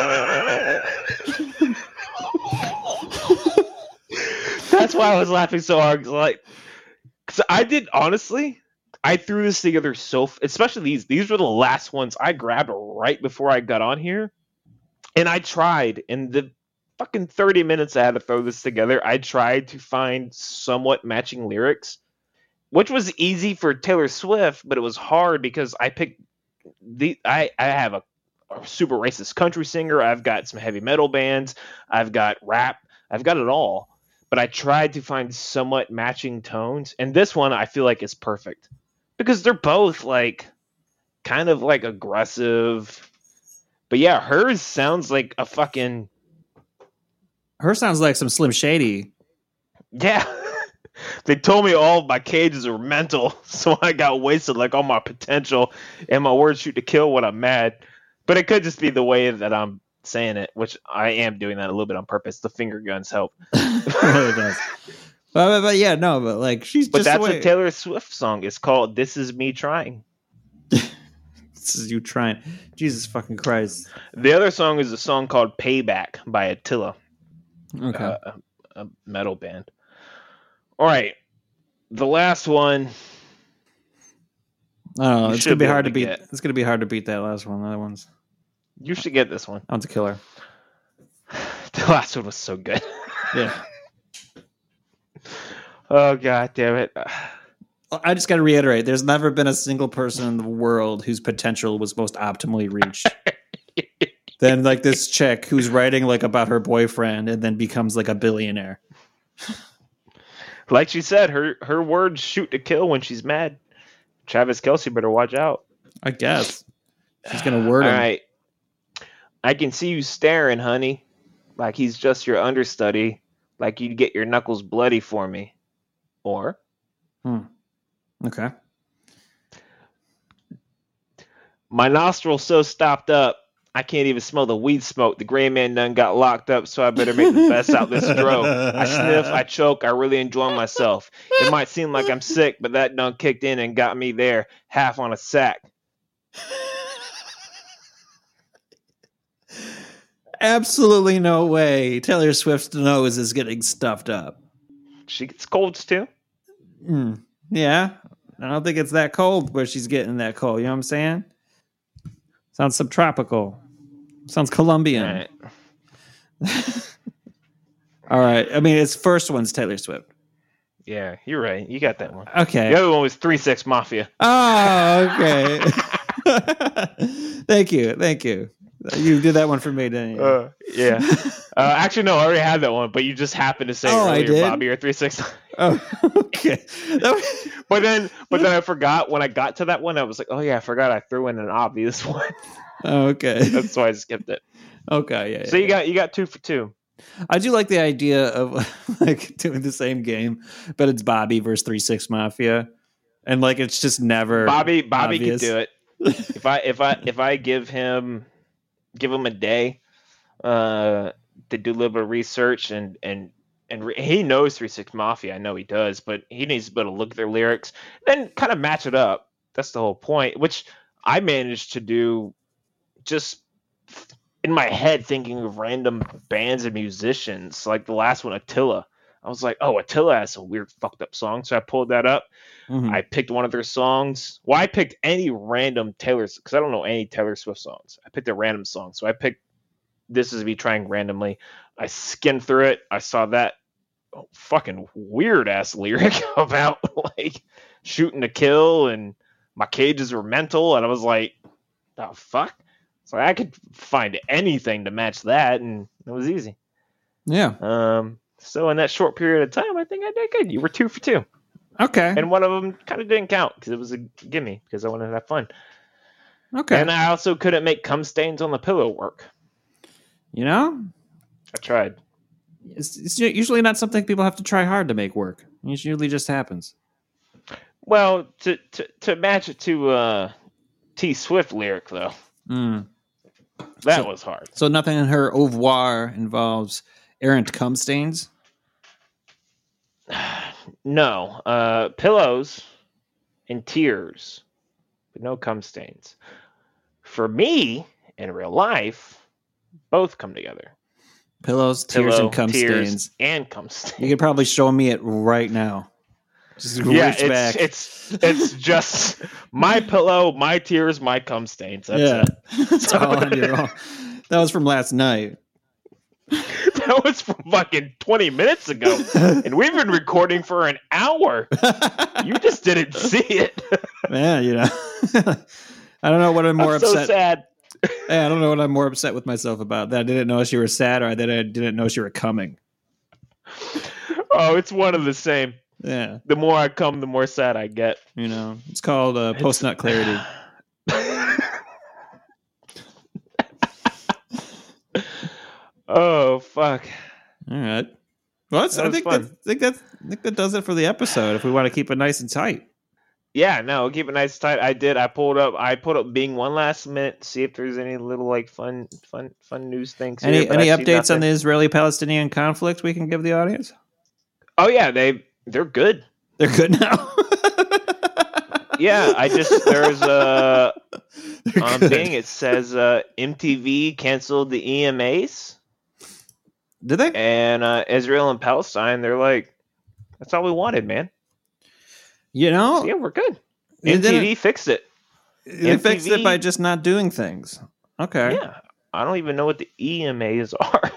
Speaker 1: that's why i was laughing so hard 'cause, like because i did honestly i threw this together so f- especially these these were the last ones i grabbed right before i got on here and i tried in the fucking 30 minutes i had to throw this together i tried to find somewhat matching lyrics which was easy for taylor swift but it was hard because i picked the i i have a, a super racist country singer i've got some heavy metal bands i've got rap i've got it all but i tried to find somewhat matching tones and this one i feel like is perfect because they're both like kind of like aggressive but yeah hers sounds like a fucking
Speaker 2: Her sounds like some Slim Shady.
Speaker 1: Yeah. They told me all my cages were mental, so I got wasted like all my potential and my words shoot to kill when I'm mad. But it could just be the way that I'm saying it, which I am doing that a little bit on purpose. The finger guns help.
Speaker 2: It really does. But, but, but yeah, no, but like she's
Speaker 1: But
Speaker 2: just
Speaker 1: that's
Speaker 2: the way,
Speaker 1: a Taylor Swift song. It's called This Is Me Trying.
Speaker 2: This is you trying. Jesus fucking Christ.
Speaker 1: The other song is a song called Payback by Attila.
Speaker 2: Okay.
Speaker 1: uh, a, a metal band. All right. The last one.
Speaker 2: I don't know.
Speaker 1: you
Speaker 2: It's
Speaker 1: should
Speaker 2: gonna be,
Speaker 1: be able
Speaker 2: hard to
Speaker 1: to
Speaker 2: beat.
Speaker 1: get-
Speaker 2: It's gonna be hard to beat that last one. The other ones.
Speaker 1: You should get this one.
Speaker 2: That one's a killer.
Speaker 1: The last one was so good.
Speaker 2: Yeah.
Speaker 1: Oh god damn it.
Speaker 2: I just got to reiterate: there's never been a single person in the world whose potential was most optimally reached. than like this chick who's writing like about her boyfriend and then becomes like a billionaire.
Speaker 1: Like she said, her her words shoot to kill when she's mad. Travis Kelsey better watch out.
Speaker 2: I guess she's gonna word
Speaker 1: All
Speaker 2: him.
Speaker 1: right. I can see you staring, honey. Like he's just your understudy. Like you'd get your knuckles bloody for me. Or
Speaker 2: Okay.
Speaker 1: my nostrils so stopped up, I can't even smell the weed smoke. The gray man done got locked up, so I better make the best out this throw. I sniff, I choke, I really enjoy myself. It might seem like I'm sick, but that done kicked in and got me there, half on a sack.
Speaker 2: absolutely no way Taylor Swift's nose is getting stuffed up.
Speaker 1: She gets colds too.
Speaker 2: Mm, yeah. I don't think it's that cold where she's getting that cold. You know what I'm saying? Sounds subtropical. Sounds Colombian.
Speaker 1: All right.
Speaker 2: All right. I mean, it's first one's Taylor Swift.
Speaker 1: Yeah, you're right. You got that one.
Speaker 2: Okay.
Speaker 1: The other one was Three Six Mafia.
Speaker 2: Oh, okay. thank you. Thank you. You did that one for me, didn't you?
Speaker 1: Uh, yeah. Uh, actually, no, I already had that one, but you just happened to say
Speaker 2: Oh, I
Speaker 1: earlier,
Speaker 2: did?
Speaker 1: Bobby or Three Six. Uh.
Speaker 2: oh, okay. That was-
Speaker 1: But then, but then I forgot when I got to that one. I was like, oh yeah, I forgot I threw in an obvious one.
Speaker 2: okay.
Speaker 1: That's why I skipped it.
Speaker 2: Okay. Yeah.
Speaker 1: So
Speaker 2: yeah,
Speaker 1: you got you got two for two.
Speaker 2: I do like the idea of like doing the same game, but it's Bobby versus Three Six Mafia, and like it's just never
Speaker 1: Bobby Bobby
Speaker 2: obvious.
Speaker 1: could do it. If I if I if I give him give him a day uh, to do a little bit of research and and and re- he knows Three Six Mafia. I know he does, but he needs to be able to look at their lyrics, then kind of match it up. That's the whole point. Which I managed to do just in my head thinking of random bands and musicians like the last one attila i was like oh attila has some weird fucked up song so i pulled that up
Speaker 2: Mhm.
Speaker 1: I picked one of their songs. Well, I picked any random Taylor's because I don't know any Taylor Swift songs. I picked a random song, so I picked "This Is Me" trying randomly. I skimmed through it. I saw that fucking weird ass lyric about like shooting to kill and my cages were mental, and I was like, "The fuck!" So I could find anything to match that, and it was easy.
Speaker 2: yeah.
Speaker 1: Um, so in that short period of time, I think I did good. You were two for two
Speaker 2: Okay.
Speaker 1: and one of them kind of didn't count because it was a gimme because I wanted to have fun.
Speaker 2: okay.
Speaker 1: And I also couldn't make cum stains on the pillow work.
Speaker 2: you know,
Speaker 1: I tried.
Speaker 2: it's, it's usually not something people have to try hard to make work. It usually just happens.
Speaker 1: Well, to to, to match it to uh, T Swift lyric though,
Speaker 2: Mm.
Speaker 1: that
Speaker 2: So-
Speaker 1: was hard.
Speaker 2: So nothing in her au revoir involves errant cum stains.
Speaker 1: No, uh, pillows and tears, but no cum stains. For me, in real life, both come together.
Speaker 2: Pillows, tears,
Speaker 1: Pillow,
Speaker 2: and cum
Speaker 1: tears,
Speaker 2: stains.
Speaker 1: and cum stains.
Speaker 2: You could probably show me it right now. Just
Speaker 1: yeah,
Speaker 2: reach
Speaker 1: it's,
Speaker 2: back.
Speaker 1: it's it's just my pillow, my tears, my cum stains. That's
Speaker 2: yeah.
Speaker 1: it.
Speaker 2: It's all on your own. That was from last night.
Speaker 1: That was from fucking 20 minutes ago. And we've been recording for an hour. You just didn't see it.
Speaker 2: Man, you know. I don't know what I'm more
Speaker 1: I'm so
Speaker 2: upset.
Speaker 1: sad.
Speaker 2: Yeah, I don't know what I'm more upset with myself about. That I didn't notice you were sad, or that I didn't notice you were coming.
Speaker 1: Oh, it's one of the same.
Speaker 2: Yeah,
Speaker 1: The more I come, the more sad I get.
Speaker 2: you know, it's called uh, post nut clarity.
Speaker 1: oh, fuck.
Speaker 2: All right. Well, that's,
Speaker 1: That
Speaker 2: I
Speaker 1: was
Speaker 2: think
Speaker 1: fun.
Speaker 2: that, I think that I think that does it for the episode. If we want to keep it nice and tight.
Speaker 1: Yeah, no, keep it nice tight. I did. I pulled up. I pulled up being one last minute. See if there's any little like fun, fun, fun news things.
Speaker 2: Any
Speaker 1: here, but
Speaker 2: any
Speaker 1: I see
Speaker 2: updates
Speaker 1: nothing.
Speaker 2: on the Israeli-Palestinian conflict we can give the audience?
Speaker 1: Oh yeah, they they're good.
Speaker 2: They're good now.
Speaker 1: Yeah, I just um, there's uh
Speaker 2: They're
Speaker 1: on
Speaker 2: good.
Speaker 1: Bing, it says uh, MTV canceled the EMAs,
Speaker 2: Did they?
Speaker 1: and uh, Israel and Palestine, they're like, that's all we wanted, man.
Speaker 2: You know,
Speaker 1: yeah, we're good.
Speaker 2: they didn't-
Speaker 1: MTV fixed it.
Speaker 2: They fixed it
Speaker 1: MTV.
Speaker 2: by just not doing things. Okay. Yeah.
Speaker 1: Yeah. I don't even know what the EMAs are.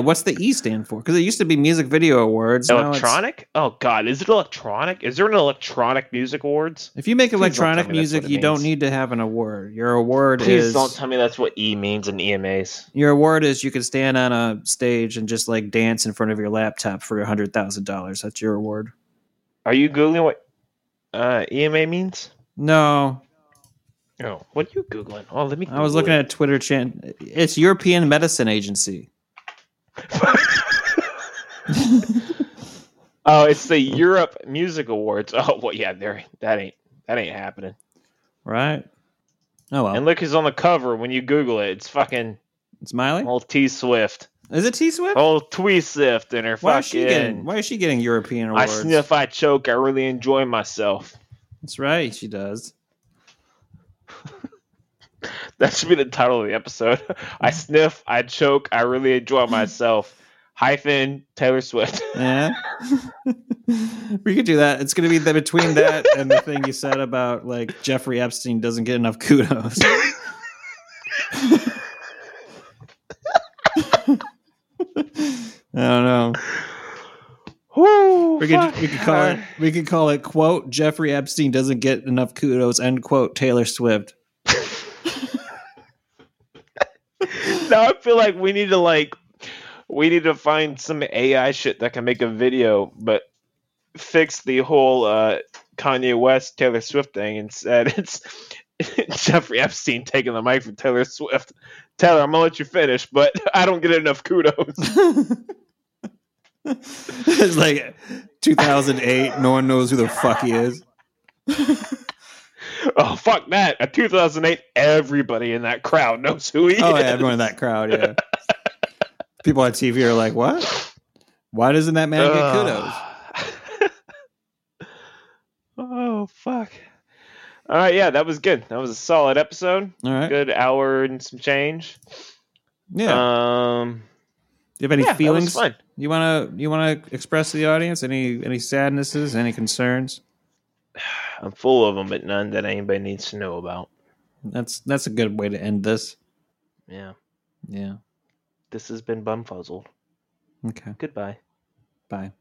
Speaker 2: what's the E stand for? Because it used to be Music Video Awards. now it's-
Speaker 1: electronic? Oh, God. Is it electronic? Is there an electronic music awards?
Speaker 2: If you make
Speaker 1: don't
Speaker 2: electronic
Speaker 1: tell me that's
Speaker 2: music,
Speaker 1: what it
Speaker 2: you don't
Speaker 1: means.
Speaker 2: need to have an award. Your award
Speaker 1: Please
Speaker 2: is
Speaker 1: don't tell me that's what E means in EMAs.
Speaker 2: your award is you can stand on a stage and just like dance in front of your laptop for a hundred thousand dollars. That's your award.
Speaker 1: Are you Googling what uh, EMA means?
Speaker 2: No,
Speaker 1: No. What are you Googling? Oh, let me.
Speaker 2: I was
Speaker 1: Google
Speaker 2: looking
Speaker 1: it.
Speaker 2: at a Twitter chan. It's European Medicine Agency.
Speaker 1: Oh, it's the Europe Music Awards. Oh, well, yeah, there. That ain't that ain't happening.
Speaker 2: Right. Oh well,
Speaker 1: And look who's on the cover. When you Google it, it's fucking
Speaker 2: it's Miley.
Speaker 1: old T Swift,
Speaker 2: Is it T Swift?
Speaker 1: old Twee Swift, and her
Speaker 2: why
Speaker 1: Oh, fucking.
Speaker 2: is she getting? Why is she getting European
Speaker 1: I
Speaker 2: awards?
Speaker 1: sniff, I choke. I really enjoy myself.
Speaker 2: That's right, she does.
Speaker 1: That should be the title of the episode. I sniff, I choke, I really enjoy myself. Hyphen Taylor Swift.
Speaker 2: Yeah. we could do that. It's going to be the, between that and the thing you said about like Jeffrey Epstein doesn't get enough kudos. I don't know.
Speaker 1: Woo,
Speaker 2: We could
Speaker 1: fuck.
Speaker 2: we could call it we could call it quote Jeffrey Epstein doesn't get enough kudos end quote Taylor Swift.
Speaker 1: Now I feel like we need to like we need to find some AI shit that can make a video, but fix the whole uh, Kanye West Taylor Swift thing. Instead, it's Jeffrey Epstein taking the mic from Taylor Swift. Taylor, I'm gonna let you finish, but I don't get enough kudos.
Speaker 2: it's like 2008. No one knows who the fuck he is.
Speaker 1: Oh fuck that! At 2008, everybody in that crowd knows who he
Speaker 2: Oh
Speaker 1: is.
Speaker 2: yeah, everyone in that crowd. Yeah, people on TV are like, "What? Why doesn't that man get kudos?"
Speaker 1: kudos. oh fuck! All right, yeah, that was good. That was a solid episode.
Speaker 2: All right.
Speaker 1: Good hour and some change.
Speaker 2: Yeah.
Speaker 1: Um,
Speaker 2: Do you have any
Speaker 1: yeah, that was
Speaker 2: feelings?
Speaker 1: fun.
Speaker 2: You wanna you wanna express to the audience any any sadnesses, any concerns?
Speaker 1: I'm full of them, but none that anybody needs to know about.
Speaker 2: That's that's a good way to end this.
Speaker 1: Yeah,
Speaker 2: Yeah.
Speaker 1: this has been Bumfuzzled.
Speaker 2: Okay.
Speaker 1: Goodbye.
Speaker 2: Bye.